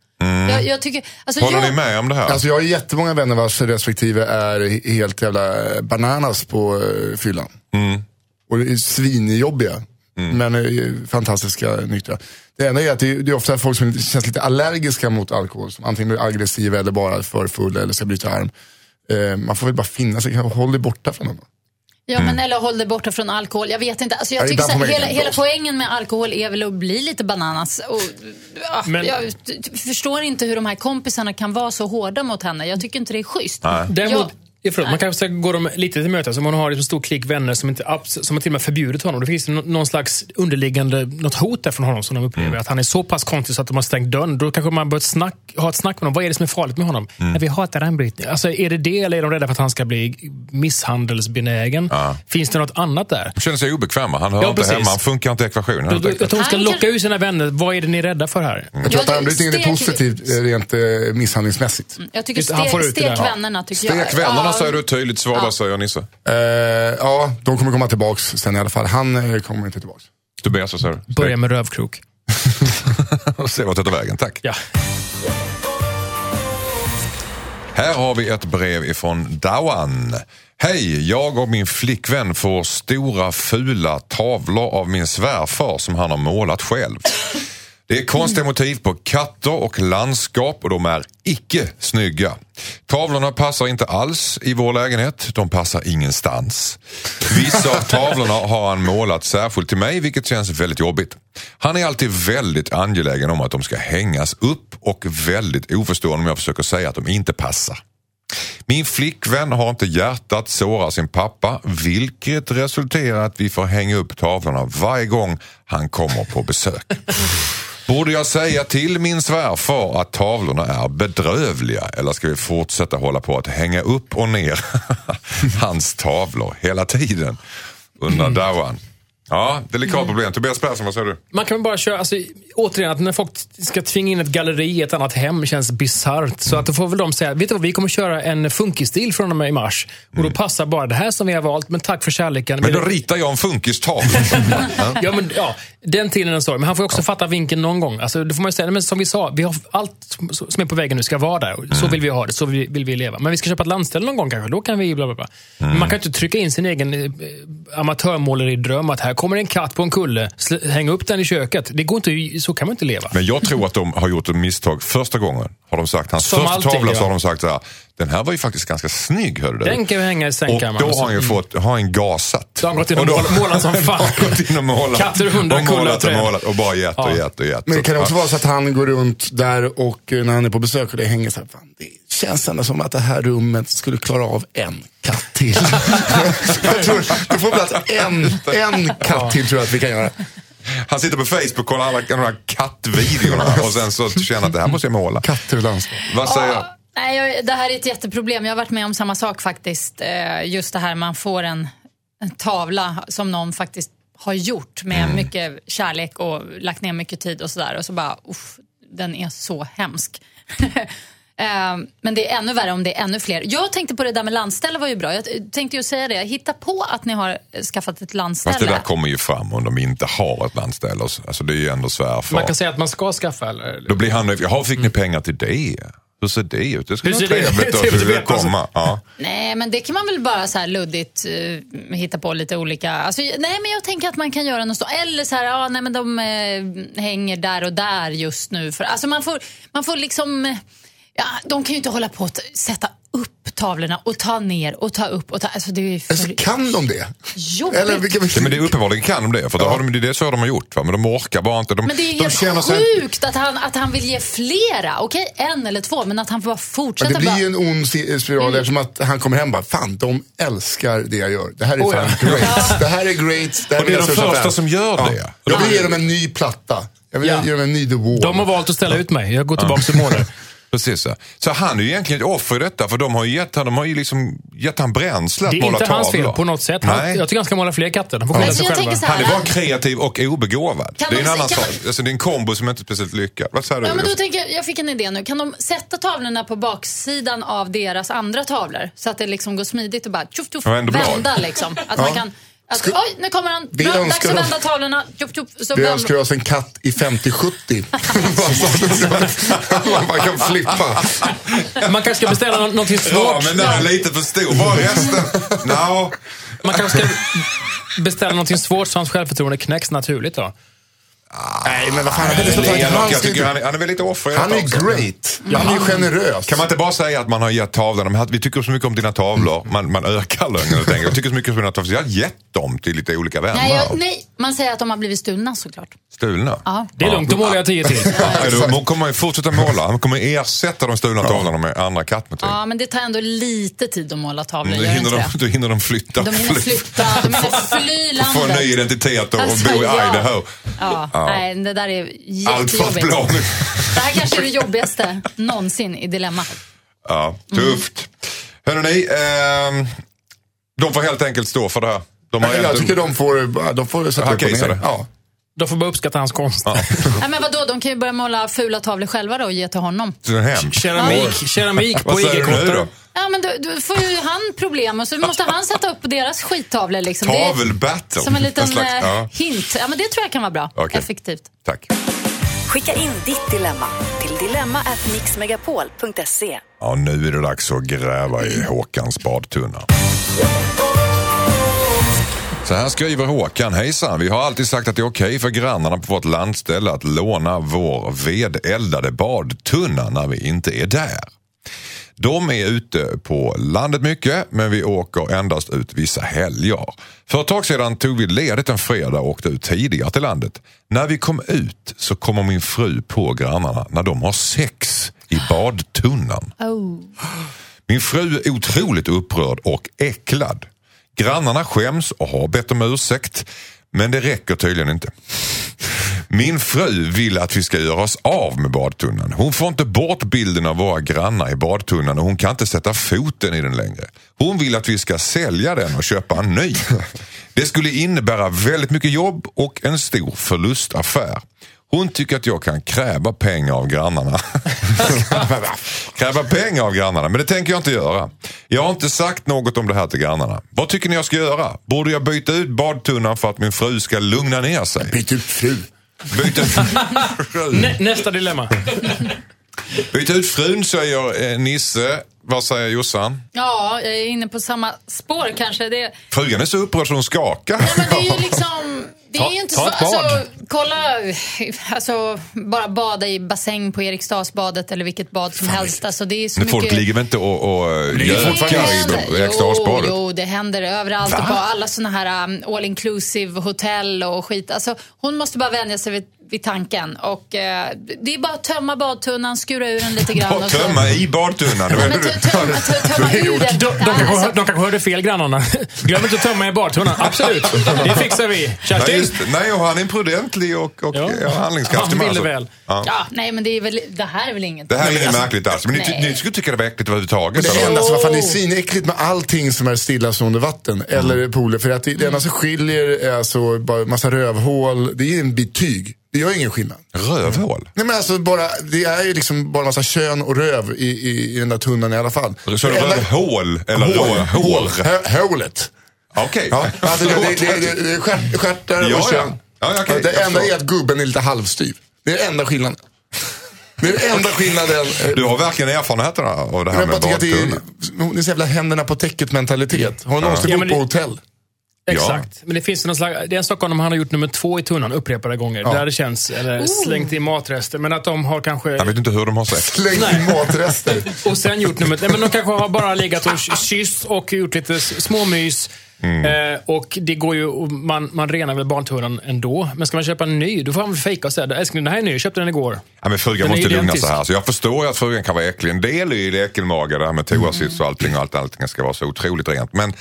S7: Jag, jag tycker... Alltså
S4: Mm. Håller
S7: jag,
S4: ni med om det här?
S8: Alltså jag har jättemånga vänner vars respektive är helt jävla bananas på eh, fyllan. Och det är svinjobbiga. Men eh, fantastiska nyktra. Det enda är att det är, det är ofta folk som känns lite allergiska mot alkohol. Som antingen blir aggressiva eller bara för fulla eller ska bryta arm. Eh, man får väl bara finna sig. Håll dig borta från dem.
S7: Ja, men
S4: Mm.
S7: eller håll dig borta från alkohol. Jag vet inte. Alltså, jag
S8: Nej,
S7: tycker
S8: där
S7: så
S8: får
S7: här,
S8: man
S7: hela,
S8: inte
S7: hela
S8: oss.
S7: poängen med alkohol är väl att bli lite bananas. Och, ja,
S5: Men-
S7: Jag t- t- förstår inte hur de här kompisarna kan vara så hårda mot henne. Jag tycker inte det är schysst.
S5: Däremot,
S7: Ja.
S5: ja. förlåt, man kanske går dem lite till mötes. Om man har liksom en stor klick vänner som, inte, abs- som har till och med förbjudit honom. Då finns det nå- någon slags underliggande något hot där från honom som de upplever. Att han är så pass konstig så att de har stängt dörren. Då kanske man bör ett snack, ha ett snack med honom. Vad är det som är farligt med honom? Nej, vi hatar han Britney. Alltså, är det det eller är de rädda för att han ska bli misshandelsbenägen? Finns det något annat där?
S4: Känner sig obekväm. va? Han hör
S5: Ja,
S4: inte
S5: precis.
S4: hemma. Han funkar inte i ekvationen.
S5: Jag
S4: helt
S5: jag
S4: enkelt.
S5: tror hon ska
S7: Han kan-
S5: locka ur sina vänner. Vad är det ni är rädda för här?
S8: Jag tror
S7: Ja,
S8: att armbrytningen är
S7: stek-
S8: positivt eh, rent eh, misshandlingsmässigt.
S7: Jag tycker
S5: Just det, han får
S7: stek,
S5: ut det där.
S7: stek vännerna. Tycker jag.
S4: Stek vännerna
S7: Ja.
S4: säger du tydligt, svara säger Nisse.
S8: Eh, ja, de kommer komma tillbaks sen i alla fall. Han eh, kommer inte tillbaks.
S4: Tobias, vad säger du?
S5: Börja med rövkrok.
S4: *laughs* Och se vart det tar vägen, tack.
S5: Ja.
S4: Här har vi ett brev ifrån Dawan. Hej, jag och min flickvän får stora fula tavlor av min svärfar som han har målat själv. Det är konstiga motiv på katter och landskap och de är icke snygga. Tavlorna passar inte alls i vår lägenhet, de passar ingenstans. Vissa av tavlorna har han målat särskilt till mig vilket känns väldigt jobbigt. Han är alltid väldigt angelägen om att de ska hängas upp och väldigt oförstående om jag försöker säga att de inte passar. Min flickvän har inte hjärta att såra sin pappa vilket resulterar i att vi får hänga upp tavlorna varje gång han kommer på besök. Borde jag säga till min svärfar att tavlorna är bedrövliga eller ska vi fortsätta hålla på att hänga upp och ner *laughs* hans tavlor hela tiden? Undrar Dawan. Ja, delikat problem. Tobias Persson, vad säger du?
S5: Man kan väl bara köra, alltså, återigen, att när folk ska tvinga in ett galleri i ett annat hem känns bisarrt. Så att då får väl de säga, vet du vad, vi kommer köra en funkisstil från och med i mars. Och då passar bara det här som vi har valt, men tack för kärleken.
S4: Mm. Men då
S5: Vi-
S4: ritar jag en funkistavla.
S5: *laughs* ja, men, ja, den tiden är en sorg. Men han får också fatta vinkeln någon gång. Alltså, då får man ju säga, nej, men som vi sa, vi har allt som- som är på vägen nu ska vara där.
S4: Mm.
S5: Så vill vi ha det, så vill, vill vi leva. Men vi ska köpa ett landställe någon gång kanske, då kan vi bla bla bla. Men
S4: Mm.
S5: man kan ju inte trycka in sin egen eh, amatörmåleridröm att här kommer en katt på en kulle, sl- häng upp den i köket. Det går inte, så kan man inte leva.
S4: Men jag tror att de har gjort ett misstag första gången. Har de sagt. Hans
S5: Som
S4: första
S5: alltid,
S4: tavla så
S5: ja.
S4: har de sagt så här, den här var ju faktiskt ganska snygg. Hörde du.
S5: Den kan vi hänga i
S4: och
S5: sängkammaren.
S4: då har han ju fått, har han gasat.
S5: Så har han gått in och målat-
S4: *laughs*
S5: målat som fan.
S4: Har gått in och målat.
S5: Katter och hundar,
S4: och
S5: kullar och
S4: målat och
S5: träd.
S4: målat och bara gett och
S5: Ja.
S4: gett och gett.
S8: Men
S4: Så
S8: kan det
S4: att-
S8: också vara så att han går runt där och eh, när han är på besök och det hänger så här, fan, det känns ändå som att det här rummet skulle klara av en katt
S4: *laughs*
S8: till. jag tror, det får plats en, en katt till tror jag att vi kan göra.
S4: Han sitter på Facebook och kollar alla de här kattvideorna och sen så känner han att det här måste jag måla.
S8: Katter och landskap.
S4: Vad säger jag?
S7: Nej, jag, det här är ett jätteproblem. Jag har varit med om samma sak faktiskt. Eh, Just det här man får en, en tavla som någon faktiskt har gjort med
S4: Mm.
S7: mycket kärlek och lagt ner mycket tid och sådär. Och så bara, uff, den är så hemsk. *laughs* Eh, Men det är ännu värre om det är ännu fler. Jag tänkte på det där med landställe var ju bra. Jag t- tänkte ju säga det. Hitta på att ni har eh, skaffat ett landställe.
S4: Fast det där kommer ju fram om de inte har ett landställe. Alltså det är ju ändå
S5: Man
S4: svärfar.
S5: kan säga att man ska skaffa eller?
S4: Då blir han jaha fick ni pengar till det? Hur ser det ut? Det skulle
S5: Hur
S4: vara
S5: ser det ut? *laughs* Alltså-
S4: trevligt att
S5: Trevligt att
S4: vilja
S5: veta.
S4: komma. Ja.
S7: Nej, men det kan man väl bara så här luddigt eh, hitta på lite olika. Alltså, nej, men jag tänker att man kan göra något så. Eller så här, ja, nej, men de eh, hänger där och där just nu. För, alltså, man, får, man får liksom... eh, Ja, de kan ju inte hålla på att sätta upp tavlorna och ta ner och ta upp och ta... Alltså, det är ju för
S8: Alltså, kan de det?
S7: jobbigt.
S8: Eller vilka, vilka,
S4: Ja, men det är uppenbarligen kan de det, för då har de, det är så de har gjort. Va? Men de orkar bara inte. De,
S7: Men det är
S4: de
S7: helt
S4: känner sig-
S7: sjukt att han, att han vill ge flera. Okej, en eller två, men att han får bara
S8: Ja,
S7: fortsätta.
S8: det blir
S7: bara,
S8: ju en ond ci- spiral eftersom att han kommer hem och bara, fan de älskar det jag gör. Det här är fan great. Det här är great. här
S4: Oh, Och det är
S8: deras
S4: de
S8: största
S4: första
S8: fan.
S4: som gör det.
S8: Jag vill ge dem en ny platta. Jag vill
S5: Ja.
S8: ge dem en ny The Wall.
S5: De har valt att ställa ut mig. Jag går tillbaka till
S4: *laughs*
S5: målet.
S4: Precis, så. så han är ju egentligen ett offer i detta, för de har ju gett han, de har ju liksom gett han bränsle att
S5: Det är
S4: måla
S5: inte hans fel
S4: tavlor.
S5: på något sätt. Han,
S4: Nej.
S5: jag tycker han ska måla fler katter. De får skylla
S7: Men
S5: sig
S7: jag
S5: själva.
S7: tänker så här,
S4: Han är bara kreativ och obegåvad.
S7: Kan
S4: det är en
S7: man-
S4: annan
S7: kan
S4: sak.
S7: man-
S4: Alltså, det är en kombo som inte är speciellt lyckad. Vad säger
S7: Ja,
S4: du?
S7: men då tänker jag, jag fick en idé nu. Kan de sätta tavlorna på baksidan av deras andra tavlor? Så att det liksom går smidigt och bara tjoff, tjoff,
S4: Ja, ändå bra.
S7: vända liksom. Att man kan, att,
S8: Skulle-
S7: oj nu kommer han,
S8: Vi
S7: bra, dags
S8: önskar
S7: att
S8: oss-
S7: vända tavlorna. Tjoff, tjoff, så
S8: Vi
S7: vänd-
S8: önskar oss en katt i 50-70.
S4: *laughs*
S8: Man bara kan flippa.
S5: Man kanske ska beställa nå- någonting
S4: Ja,
S5: svårt.
S4: men den är lite för stor. Var är resten?
S7: *laughs*
S4: No.
S5: Man kanske ska beställa någonting svårt så hans självförtroende knäcks naturligt. Då.
S8: Nej, men vad fan. det är så-
S4: Lena,
S8: han,
S4: jag
S8: ska
S4: tycker
S8: ju-
S4: han, är- han är väldigt offer.
S8: han är great. Han är generös.
S4: Kan man inte bara säga att man har gett tavlan, de här, vi tycker så mycket om dina tavlor,
S8: Mm.
S4: man, man ökar lögnen och tänker, jag tycker så mycket om dina tavlor, så jag har gett dem till lite olika vänner.
S7: Nej, jag, nej, man säger att de har blivit stulna såklart.
S4: Stulna.
S7: Ja.
S5: Det är lugnt, då målar jag tio till.
S4: Ja, då- Man kommer ju fortsätta måla, han kommer ersätta de stulna tavlorna med andra kattmotiv.
S7: Ja, men det tar ändå lite tid att måla tavlor,
S4: Då
S7: gör det
S4: hinner,
S7: inte
S4: de,
S7: det?
S4: då hinner de flytta.
S7: De hinner flytta,
S4: *laughs*
S7: de hinner fly
S4: Få en
S7: landet.
S4: ny identitet och,
S7: Alltså,
S4: och bo i
S7: ja.
S4: Idaho.
S7: Ja, nej, det där är
S4: Allt för att bli av
S7: jättejobbigt.
S4: med-
S7: Det här kanske är det jobbigaste någonsin i Dilemma.
S4: Ja,
S7: Mm.
S4: tufft. Hörrni, ehm, de får helt enkelt stå för det här. De har
S8: Nej, Jag
S4: egentligen-
S8: tycker de får, de får sätta
S4: Ja,
S8: upp och
S4: caseade.
S8: ner. Ja.
S5: De får bara uppskatta hans konst.
S7: Nej, men vadå, de kan ju börja måla fula tavlor själva då och ge till honom.
S4: Det är hemskt.
S5: Keramik, keramik på
S4: Vad säger du nu
S5: IG-konton.
S4: då?
S7: Ja, men då, då får ju han problem och så måste han sätta upp deras skittavlor. Liksom. Det är
S4: Tavelbattle.
S7: Som en liten
S4: slags-
S7: eh,
S4: ja,
S7: hint. Ja, men det tror jag kan vara bra.
S4: Okej.
S7: Effektivt.
S4: tack.
S6: Skicka in ditt dilemma till dilemma@mixmegapol.se.
S4: Ja, nu är det dags att gräva i Håkans badtunna. Så här skriver Håkan. Hejsan, vi har alltid sagt att det är okej för grannarna på vårt landställe att låna vår vedeldade badtunna när vi inte är där. De är ute på landet mycket, men vi åker endast ut vissa helger. För ett tag sedan tog vi ledigt en fredag och åkte ut tidigare till landet. När vi kom ut så kommer min fru på grannarna när de har sex i badtunnan. Min fru är otroligt upprörd och äcklad. Grannarna skäms och har bett om ursäkt, men det räcker tydligen inte. Min fru vill att vi ska göra oss av med badtunnan. Hon får inte bort bilden av våra grannar i badtunnan och hon kan inte sätta foten i den längre. Hon vill att vi ska sälja den och köpa en ny. Det skulle innebära väldigt mycket jobb och en stor förlustaffär. Hon tycker att jag kan kräva pengar av grannarna. kräva pengar av grannarna, men det tänker jag inte göra. Jag har inte sagt något om det här till grannarna. Vad tycker ni jag ska göra? Borde jag byta ut badtunnan för att min fru ska lugna ner sig?
S8: Byt ut fru.
S4: Byt ut, *laughs*
S5: Nä, nästa dilemma.
S4: byt ut frun säger eh, Nisse. Vad säger Jossan?
S7: Ja, jag är inne på samma spår kanske. Det,
S4: Frugan är så upprörd så hon skakar.
S7: nej, men det är ju liksom... Det är
S5: Ta-
S7: ju inte
S5: ta
S7: så...
S5: ett bad.
S7: Alltså, kolla, alltså, bara bada i bassäng på Eriksdalsbadet eller vilket bad som helst. Alltså, det är
S4: *laughs*
S7: så
S4: Men
S7: mycket...
S4: folk ligger väl inte och, och gökar i
S7: jo,
S4: Eriksdalsbadet?
S7: jo, det händer överallt och på alla såna här um, all inclusive hotell och skit. Alltså, hon måste bara vänja sig vid, vid tanken. Och, eh, det är bara att tömma badtunnan, skura ur den lite grann.
S4: Och
S7: och så-
S4: tömma i badtunnan. Det var det
S7: Ja, men
S4: du- *laughs*
S7: tö- tömma- tö- tömma ur den.
S5: De, de, kanske, hör- de kanske hörde fel grannarna. Glöm inte att tömma i badtunnan. Absolut, det fixar vi.
S4: Nej,
S5: Kerstin?
S4: just, det. nej, och han är prudentlig och, och ja. handlingskraftig.
S5: Han
S4: man,
S5: ville
S4: alltså.
S5: väl.
S7: Ja, nej, men det, är väl, det här är väl inget. Alltså,
S4: Det här är typ inget märkligt alls. Men ni, ty-
S7: Nej.
S4: ni skulle tycka det var äckligt överhuvudtaget.
S8: Det
S4: sa de.
S8: enda som, vad fan, det är svinäckligt med allting som är stillastående vatten eller pooler. För att det, det enda som skiljer är alltså bara massa rövhål. Det är en bit tyg. Det gör ingen skillnad.
S4: Rövhål.
S8: Nej men alltså bara, det är ju liksom bara massa kön och röv i, i, i den där tunnan i alla fall.
S4: Så
S8: Det enda-
S4: rövhål eller hår?
S8: Hår.
S4: hår.
S8: Hö- Hålet.
S4: Okej.
S8: Ja,
S4: *laughs*
S8: alltså det, det, det, det, det är stjärt- stjärtar
S4: Ja,
S8: och
S4: ja.
S8: kön.
S4: Ja, ja, okej.
S8: det
S4: Jag
S8: enda
S4: förstår.
S8: är att gubben är lite halvstyv. Det är den enda skillnaden. Det är den enda skillnaden.
S4: Du har verkligen erfarenheter av det här
S8: Men jag bara
S4: med
S8: tycker att det är,
S4: badtunnan.
S8: hon är så jävla händerna på täcket mentalitet. Har hon någonsin
S5: Ja,
S8: bott
S5: men
S8: på
S5: det-
S8: hotell?
S5: Exakt. Men det finns någon slags, det är en stockholmare han har gjort nummer två i tunnan upprepade gånger. Där det känns, eller slängt i matrester. Men att de har kanske...
S4: Jag vet inte hur de har sex.
S8: Släng in matrester.
S7: *laughs*
S5: Och sen gjort nummer... Nej, men de kanske har bara legat och kysst och gjort lite s- småmys. Eh, och det går ju, och man, man renar väl barntunnan ändå. Men ska man köpa en ny, då får man väl fejka och säga älskling, den här är ny, jag köpte den igår.
S4: Ja, men frugan
S5: Den är
S4: måste lugna
S5: identisk.
S4: sig här. Så jag förstår ju att frugan kan vara äcklig. En del är ju äckelmaga, det här med toasits och allting. Och allt, allting ska vara så otroligt rent. Men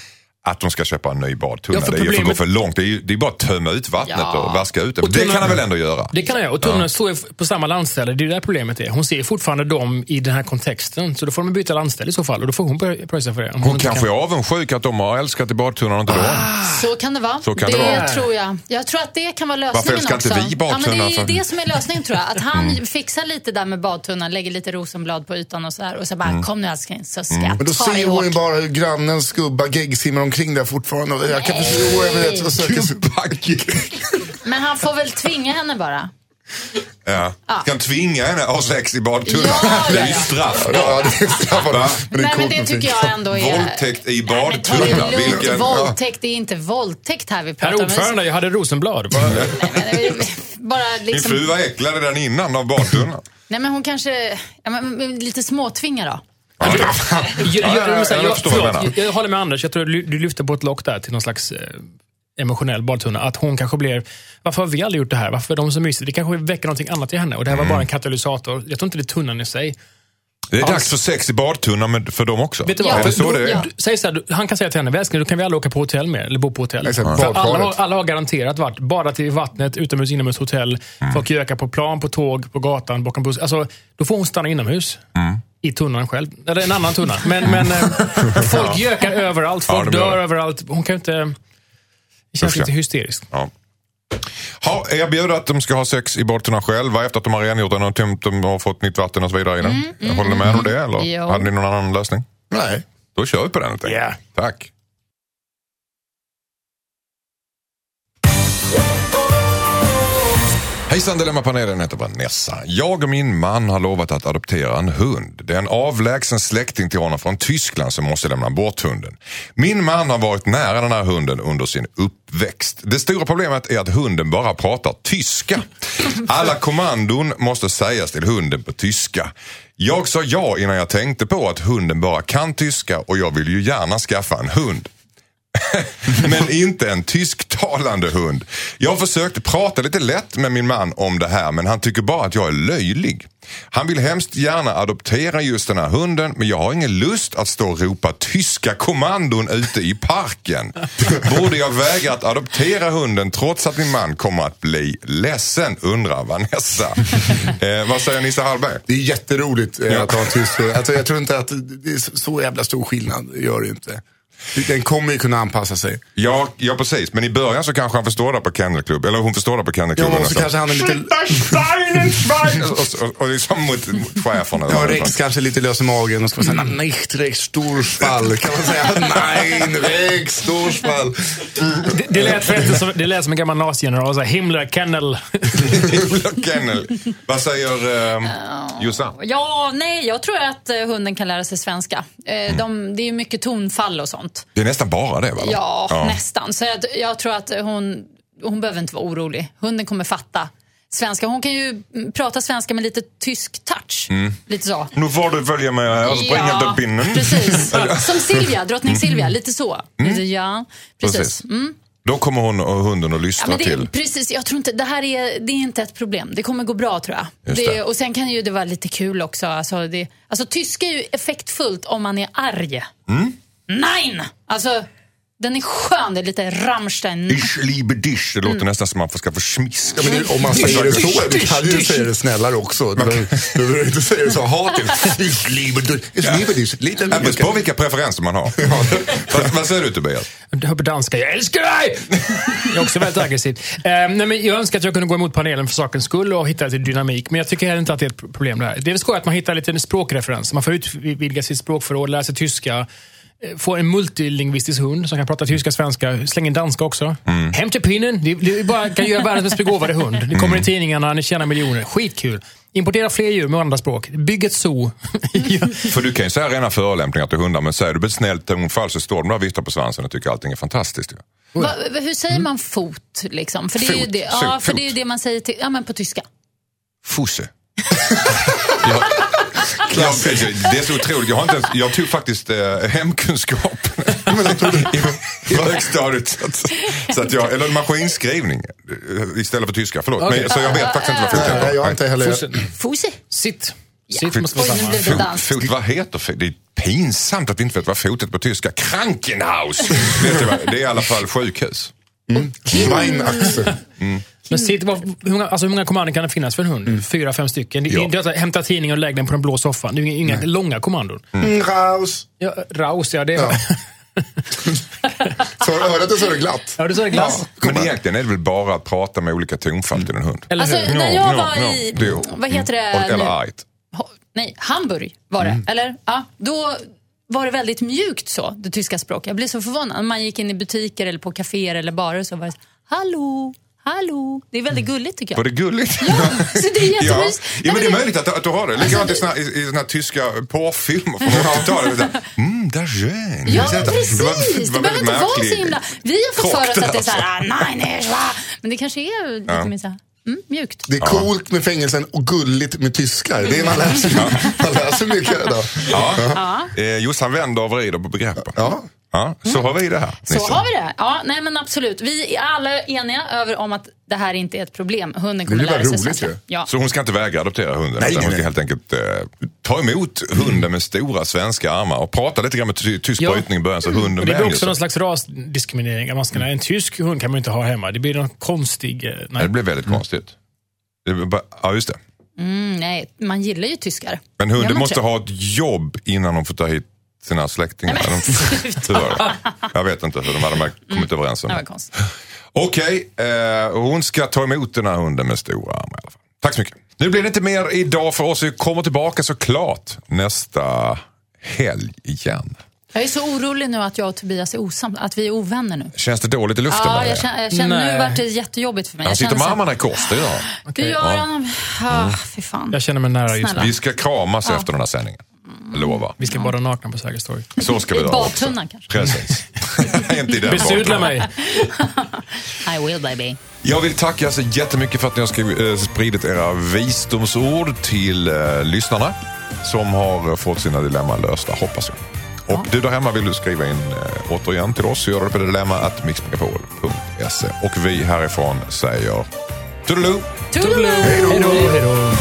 S4: att de ska köpa en ny badtunna,
S5: Ja, för
S4: det är ju för att gå
S5: problemet-
S4: för långt. Det är ju det är bara att tömma ut vattnet
S7: Ja.
S4: och vaska ut det.
S5: Och
S4: det
S5: tunnan-
S4: kan han väl ändå göra?
S5: Det kan jag göra. Och tunnan står ju f- på samma landställe. Det är ju där problemet är. Hon ser ju fortfarande dem i den här kontexten. Så då får de byta landställe i så fall. Och då får hon börja pröjsa för det. Om
S4: Hon
S5: inte
S4: kanske är avundsjuk att de har älskat i badtunnan och inte de.
S7: Så kan det vara.
S4: Så kan det
S7: det
S4: vara.
S7: tror jag. Jag tror att det kan vara lösningen
S4: Varför älskar
S7: också.
S4: inte vi badtunnan alltså? Mm.
S7: Ja, men det är
S4: för?
S7: ju det som är lösningen tror jag. Att han fixar lite där med badtunnan, lägger lite rosenblad på ytan och sådär. Och så bara,
S4: Mm.
S7: kom nu älskling, så ska jag
S8: Men då
S7: ta dig
S8: ser hon ju
S7: hårt.
S8: bara hur grannens gubbar geggsimmar omkring där fortfarande. Och Jag kan förstå. Jag vet, och söker sig-
S4: Gubbaggig.
S7: Men han får väl tvinga henne bara.
S4: Ja. Kan tvinga henne att ha sex i badtunnan.
S7: Ja, ja, ja.
S4: Det är ju straff.
S8: Ja, det är *laughs* straffat.
S4: Va?
S8: är
S7: Nej, men
S8: coolt
S7: det
S8: med
S7: tycker
S8: film.
S7: jag ändå är...
S4: Våldtäkt i
S7: Nej, men ta det
S4: badtunnan.
S7: lugnt.
S4: Vilken... Ja.
S7: Våldtäkt, det är inte våldtäkt här vi pratar
S5: Herr
S7: om.
S5: ordförande, jag hade Rosenblad. Vad-
S7: Nej, men det är- Bara
S4: Min
S7: liksom...
S4: fru var äcklad redan innan av badtunnan.
S7: Nej, men hon kanske... Ja, men, men lite småtvinga då.
S4: Ja, det-
S5: Jag-
S4: Ja,
S5: jag-
S4: ja, ja,
S5: men så här,
S4: jag
S5: Jag
S4: förstår vad du
S5: förlåt,
S4: menar.
S5: jag- jag håller med Anders. Jag tror du du lyfter på ett lock där till någon slags eh, emotionell badtunna. Att hon kanske blir, varför har vi aldrig gjort det här? Varför är de så mysiga? Det kanske väcker någonting annat i henne. Och det här var
S4: Mm.
S5: bara en katalysator. Jag tror inte det är tunnan i sig.
S4: Det är dags för sex i badtunnan med- för dem också.
S5: Vet du
S7: Ja.
S5: vad?
S4: Är det så det är?
S7: Ja.
S5: Du, säg så här, du, han kan säga till henne, "Väl, älskling, då kan vi alla åka på hotell med eller bo på hotell.
S8: Nej, så här,
S5: För alla, har,
S8: badkaret.
S5: alla har garanterat varit badat i vattnet, utomhus, inomhus, hotell.
S4: Mm.
S5: Folk gökar på plan, på tåg, på gatan, bakom buss. Alltså, då får hon stanna inomhus.
S4: Mm.
S5: I tunnan själv. Eller en annan tunna. Men,
S4: *laughs*
S5: men eh, folk gökar överallt,
S4: Ja, det
S5: folk
S4: blir
S5: dör
S4: det.
S5: överallt. Hon kan ju inte... Det känns
S4: Usch,
S5: lite
S4: ja.
S5: hysteriskt.
S4: Ja. Ha, erbjuder att de ska ha sex i badtunnan själva efter att de har rengjort den och tömt den och fått nytt vatten och så vidare i
S5: Mm,
S4: den. Håller ni med om det eller?
S7: Jo.
S4: Hade ni någon annan lösning?
S8: Nej.
S4: Då kör vi på den helt enkelt.
S5: Ja.
S4: Tack. Hejsan Dilemmapanelen, heter Vanessa. Jag och min man har lovat att adoptera en hund. Det är en avlägsen släkting till honom från Tyskland som måste lämna bort hunden. Min man har varit nära den här hunden under sin uppväxt. Det stora problemet är att hunden bara pratar tyska. Alla kommandon måste sägas till hunden på tyska. Jag sa ja innan jag tänkte på att hunden bara kan tyska och jag vill ju gärna skaffa en hund men inte en tysktalande hund. Jag försökte prata lite lätt med min man om det här men han tycker bara att jag är löjlig. Han vill hemskt gärna adoptera just den här hunden men jag har ingen lust att stå och ropa tyska kommandon ute i parken. Borde jag vägra att adoptera hunden trots att min man kommer att bli ledsen undrar Vanessa. Eh, vad säger Nisse Hallberg?
S8: Det är jätteroligt eh,
S4: Ja.
S8: att ha en tysk hund. Alltså, jag tror inte att det är så- så jävla stor skillnad, det gör det inte. Den kommer ju kunna anpassa sig.
S4: Ja, ja precis, men i början så kanske han förstår det på kennelklubb, eller hon förstår det på
S8: Ja,
S4: kennelklubben.
S8: men så
S4: nästan.
S8: kanske han är lite...
S4: och, och, och liksom mot, mot cheferna.
S8: Ja, Rex kanske lite lös i magen och ska säga nicht Rex Storschwall. Kan man säga nein Rex Storschwall.
S5: Det, det, lät förresten som, det lät som en gammal nazigeneral. så här, Himmler, Kennel.
S4: Himla kennel. Vad säger um, Jossan?
S7: Ja, nej, jag tror att eh, hunden kan lära sig svenska.
S4: Mm.
S7: Eh, de, det är ju mycket tonfall och sånt.
S4: Det är nästan bara det va?
S7: Ja, nästan. Så jag, jag tror att hon, hon behöver inte vara orolig. Hunden kommer fatta svenska. Hon kan ju mm, prata svenska med lite tysk touch.
S4: Mm.
S7: Lite så.
S4: Nu får du följa med här, så bringar
S7: Ja,
S4: du pinnen. *laughs* Mm.
S7: Precis. Som Silvia, drottning Silvia. Lite så. Lite, ja, precis.
S4: Precis. Då kommer hon och hunden att
S7: Ja,
S4: lyssna
S7: men det, är-
S4: till.
S7: precis, jag tror inte, det här är, det är inte ett problem. Det kommer gå bra tror jag.
S4: Just
S7: Det,
S4: det.
S7: Och sen kan ju det vara lite kul också. Alltså, det, alltså tyska är ju effektfullt om man är arg.
S4: Mm.
S7: Nein! Alltså, den är skön. Det är lite Rammstein.
S4: Ich liebe dich. Det låter
S7: Mm.
S4: nästan som att man ska få smiska.
S8: Ja, men det- om man säger det så, vi kan ju säga det snällare också. Du behöver- du behöver inte säga det så hatiskt. Ich liebe dich, ich liebe dich. Lite
S4: Det beror på vilka preferenser man har. *laughs* vad, vad säger du Tobias?
S5: Jag hör på danska. Jag älskar dig! Jag är också väldigt aggressiv. Eh, nej, men jag önskar att jag kunde gå emot panelen för sakens skull och hitta lite dynamik. Men jag tycker heller inte att det är ett pro- problem det här. Det är väl skoj att man hittar lite språkreferens. Man får utvidga sitt språkförråd, lära sig tyska. eh, Få en multilingvistisk hund som kan prata tyska, svenska, släng in danska också. Hem till pinnen! Det, det är bara, kan göra världens mest begåvade hund. Det kommer i tidningarna, ni tjänar miljoner. Skitkul! Importera fler djur med andra språk. Bygg ett zoo.
S4: För du kan ju säga rena förolämpningar till hundar men säger du med ett snällt tonfall så står de där och viftar på svansen och tycker allting är fantastiskt. ju.
S7: Va, va- hur säger man fot? Liksom? För, det är
S4: Oh,
S7: ju
S4: Mm. Fot,
S7: det, ja,
S4: fot,
S7: för det är ju
S4: fot.
S7: det man säger till, ja, men på tyska.
S4: Fosse. *laughs* jag, jag, det är så otroligt. Jag, har inte ens, jag tog faktiskt eh,
S7: *laughs*
S4: hemkunskap i, i högstadiet. Så att, så att jag, eller maskinskrivning eh, istället för tyska. Förlåt.
S5: Okej.
S4: Men, så jag vet faktiskt inte vad fot heter.
S8: Nej, jag har inte heller...
S7: Fose.
S5: Sitt. Sitt
S4: Fot-
S5: måste vara
S7: Oj, nu
S5: samma.
S7: blev det
S4: Fot,
S7: danskt.
S4: fot, vad heter fot? Det är pinsamt att vi inte vet vad fot heter på tyska. Krankenhaus!
S7: *laughs*
S4: vet du vad? Det är i alla fall sjukhus.
S8: Mein Axel.
S5: Men sitt, vad- hur, många, alltså hur många kommandon kan det finnas för en hund? Fyra, fem stycken. Det, det är inte att hämta tidningen och lägga den på den blå soffan. Det är ju inga långa kommandon.
S8: Raus.
S5: Ja, raus, ja. Det är,
S8: Mm. Ja. Så har du hört att du sa det glatt?
S5: *laughs* ja. du sa det glass.
S4: Men egentligen är det väl bara att prata med olika tonfall till en hund.
S5: Eller
S7: Alltså,
S5: hur?
S7: när jag var i,
S4: Jo.
S7: vad heter det
S4: Och-
S7: nu?
S4: Eller argt.
S7: Ho- Nej, Hamburg var
S4: Mm.
S7: det, eller? Ja, då var det väldigt mjukt så, det tyska språket. Jag blev så förvånad. När man gick in i butiker eller på kaféer eller barer så var det så, hallå, hallå. Det är väldigt gulligt tycker
S4: Var
S7: jag.
S4: det gulligt?
S7: *laughs* Så det är
S4: Mm. *laughs* Ja.
S7: jättemysigt.
S4: ja, men
S7: Nej, Alltså-
S4: det är möjligt att, att du har det. Likadant i såna, i, i såna tyska porrfilmer från 80-talet. Det är så här, Mm, där är
S7: Ja, men precis. Det, behöver inte vara så
S4: märklig
S7: himla... Vi har fått
S4: chock
S7: för oss
S4: där,
S7: att det är
S4: *laughs*
S7: så här, ah, nej, nej, va. Men det kanske är lite mer så här, mm, mjukt.
S9: Det är coolt med fängelsen och gulligt med tyskar. Det är man lär sig. Man lär sig mycket idag.
S4: Ja. Eh, just han vänder och vrider på begreppen.
S9: Ja.
S4: Ja, så har vi det här.
S7: Så har vi det. Ja, nej men absolut. Vi är alla eniga över om att det här inte är ett problem. Hunden kommer
S9: Det blir bara
S7: lära sig
S9: roligt
S7: svenska.
S9: ju.
S7: Ja.
S4: Så hon ska inte vägra adoptera hunden
S9: Nej, nej,
S4: utan hon ska
S9: nej.
S4: helt enkelt eh, ta emot hunden med stora svenska armar och prata lite grann med ty- tysk
S5: Ja.
S4: brytning i början så
S5: Och
S4: hunden
S5: det blir
S4: vänjer
S5: också
S4: sig.
S5: någon slags rasdiskriminering. att Man ska, nej, en tysk hund kan man ju inte ha hemma. Det blir någon konstig... eh,
S4: Ja,
S5: Nej.
S4: Det blev väldigt konstigt. Det blev bara- Ja, just det.
S7: Mm, nej, man gillar ju tyskar.
S4: Men hunden
S7: Gör man
S4: måste
S7: inte
S4: ha ett jobb innan hon får ta hit sina släktingar. De- Tyvärr. Jag vet inte hur de hade de här
S7: Mm.
S4: kommit överens om.
S7: det? Det var konstigt.
S4: Okej, eh, hon ska ta emot den här hunden med stora armar i alla fall. Tack så mycket. Nu blir det inte mer idag för oss. Vi kommer tillbaka såklart nästa helg igen.
S7: Jag är så orolig nu att jag och Tobias är osams, att vi är ovänner nu.
S4: Känns det dåligt i luften?
S7: Ja,
S4: Maria?
S7: jag känner, jag känner
S5: Nej.
S7: nu vart det jättejobbigt för mig.
S4: Han
S7: Jag
S4: sitter
S7: känner
S4: med
S7: så här,
S4: armarna i kors, det gör han.
S7: Du gör
S4: Ja. Mm.
S7: honom... Ah, fy fan.
S5: Jag känner mig nära just
S7: Snälla.
S5: nu.
S4: Vi ska kramas efter den här sändningen. Jag Lovar.
S5: Vi ska bada nakna på Sergels torg.
S4: Så ska vi
S7: I
S4: göra också.
S7: badtunnan kanske. *laughs*
S4: Precis. *laughs* Inte i den
S5: Besudla
S4: badtunnan.
S5: mig.
S7: I will baby.
S4: Jag vill tacka så jättemycket för att ni har skrivit, eh, spridit era visdomsord till eh, lyssnarna som har eh, fått sina dilemman lösta, hoppas jag. Och du där hemma vill du skriva in eh, återigen till oss så gör du det på dilemma.mixmegapol.se. Och vi härifrån säger Toodaloo!
S7: Toodaloo!
S5: Hej då.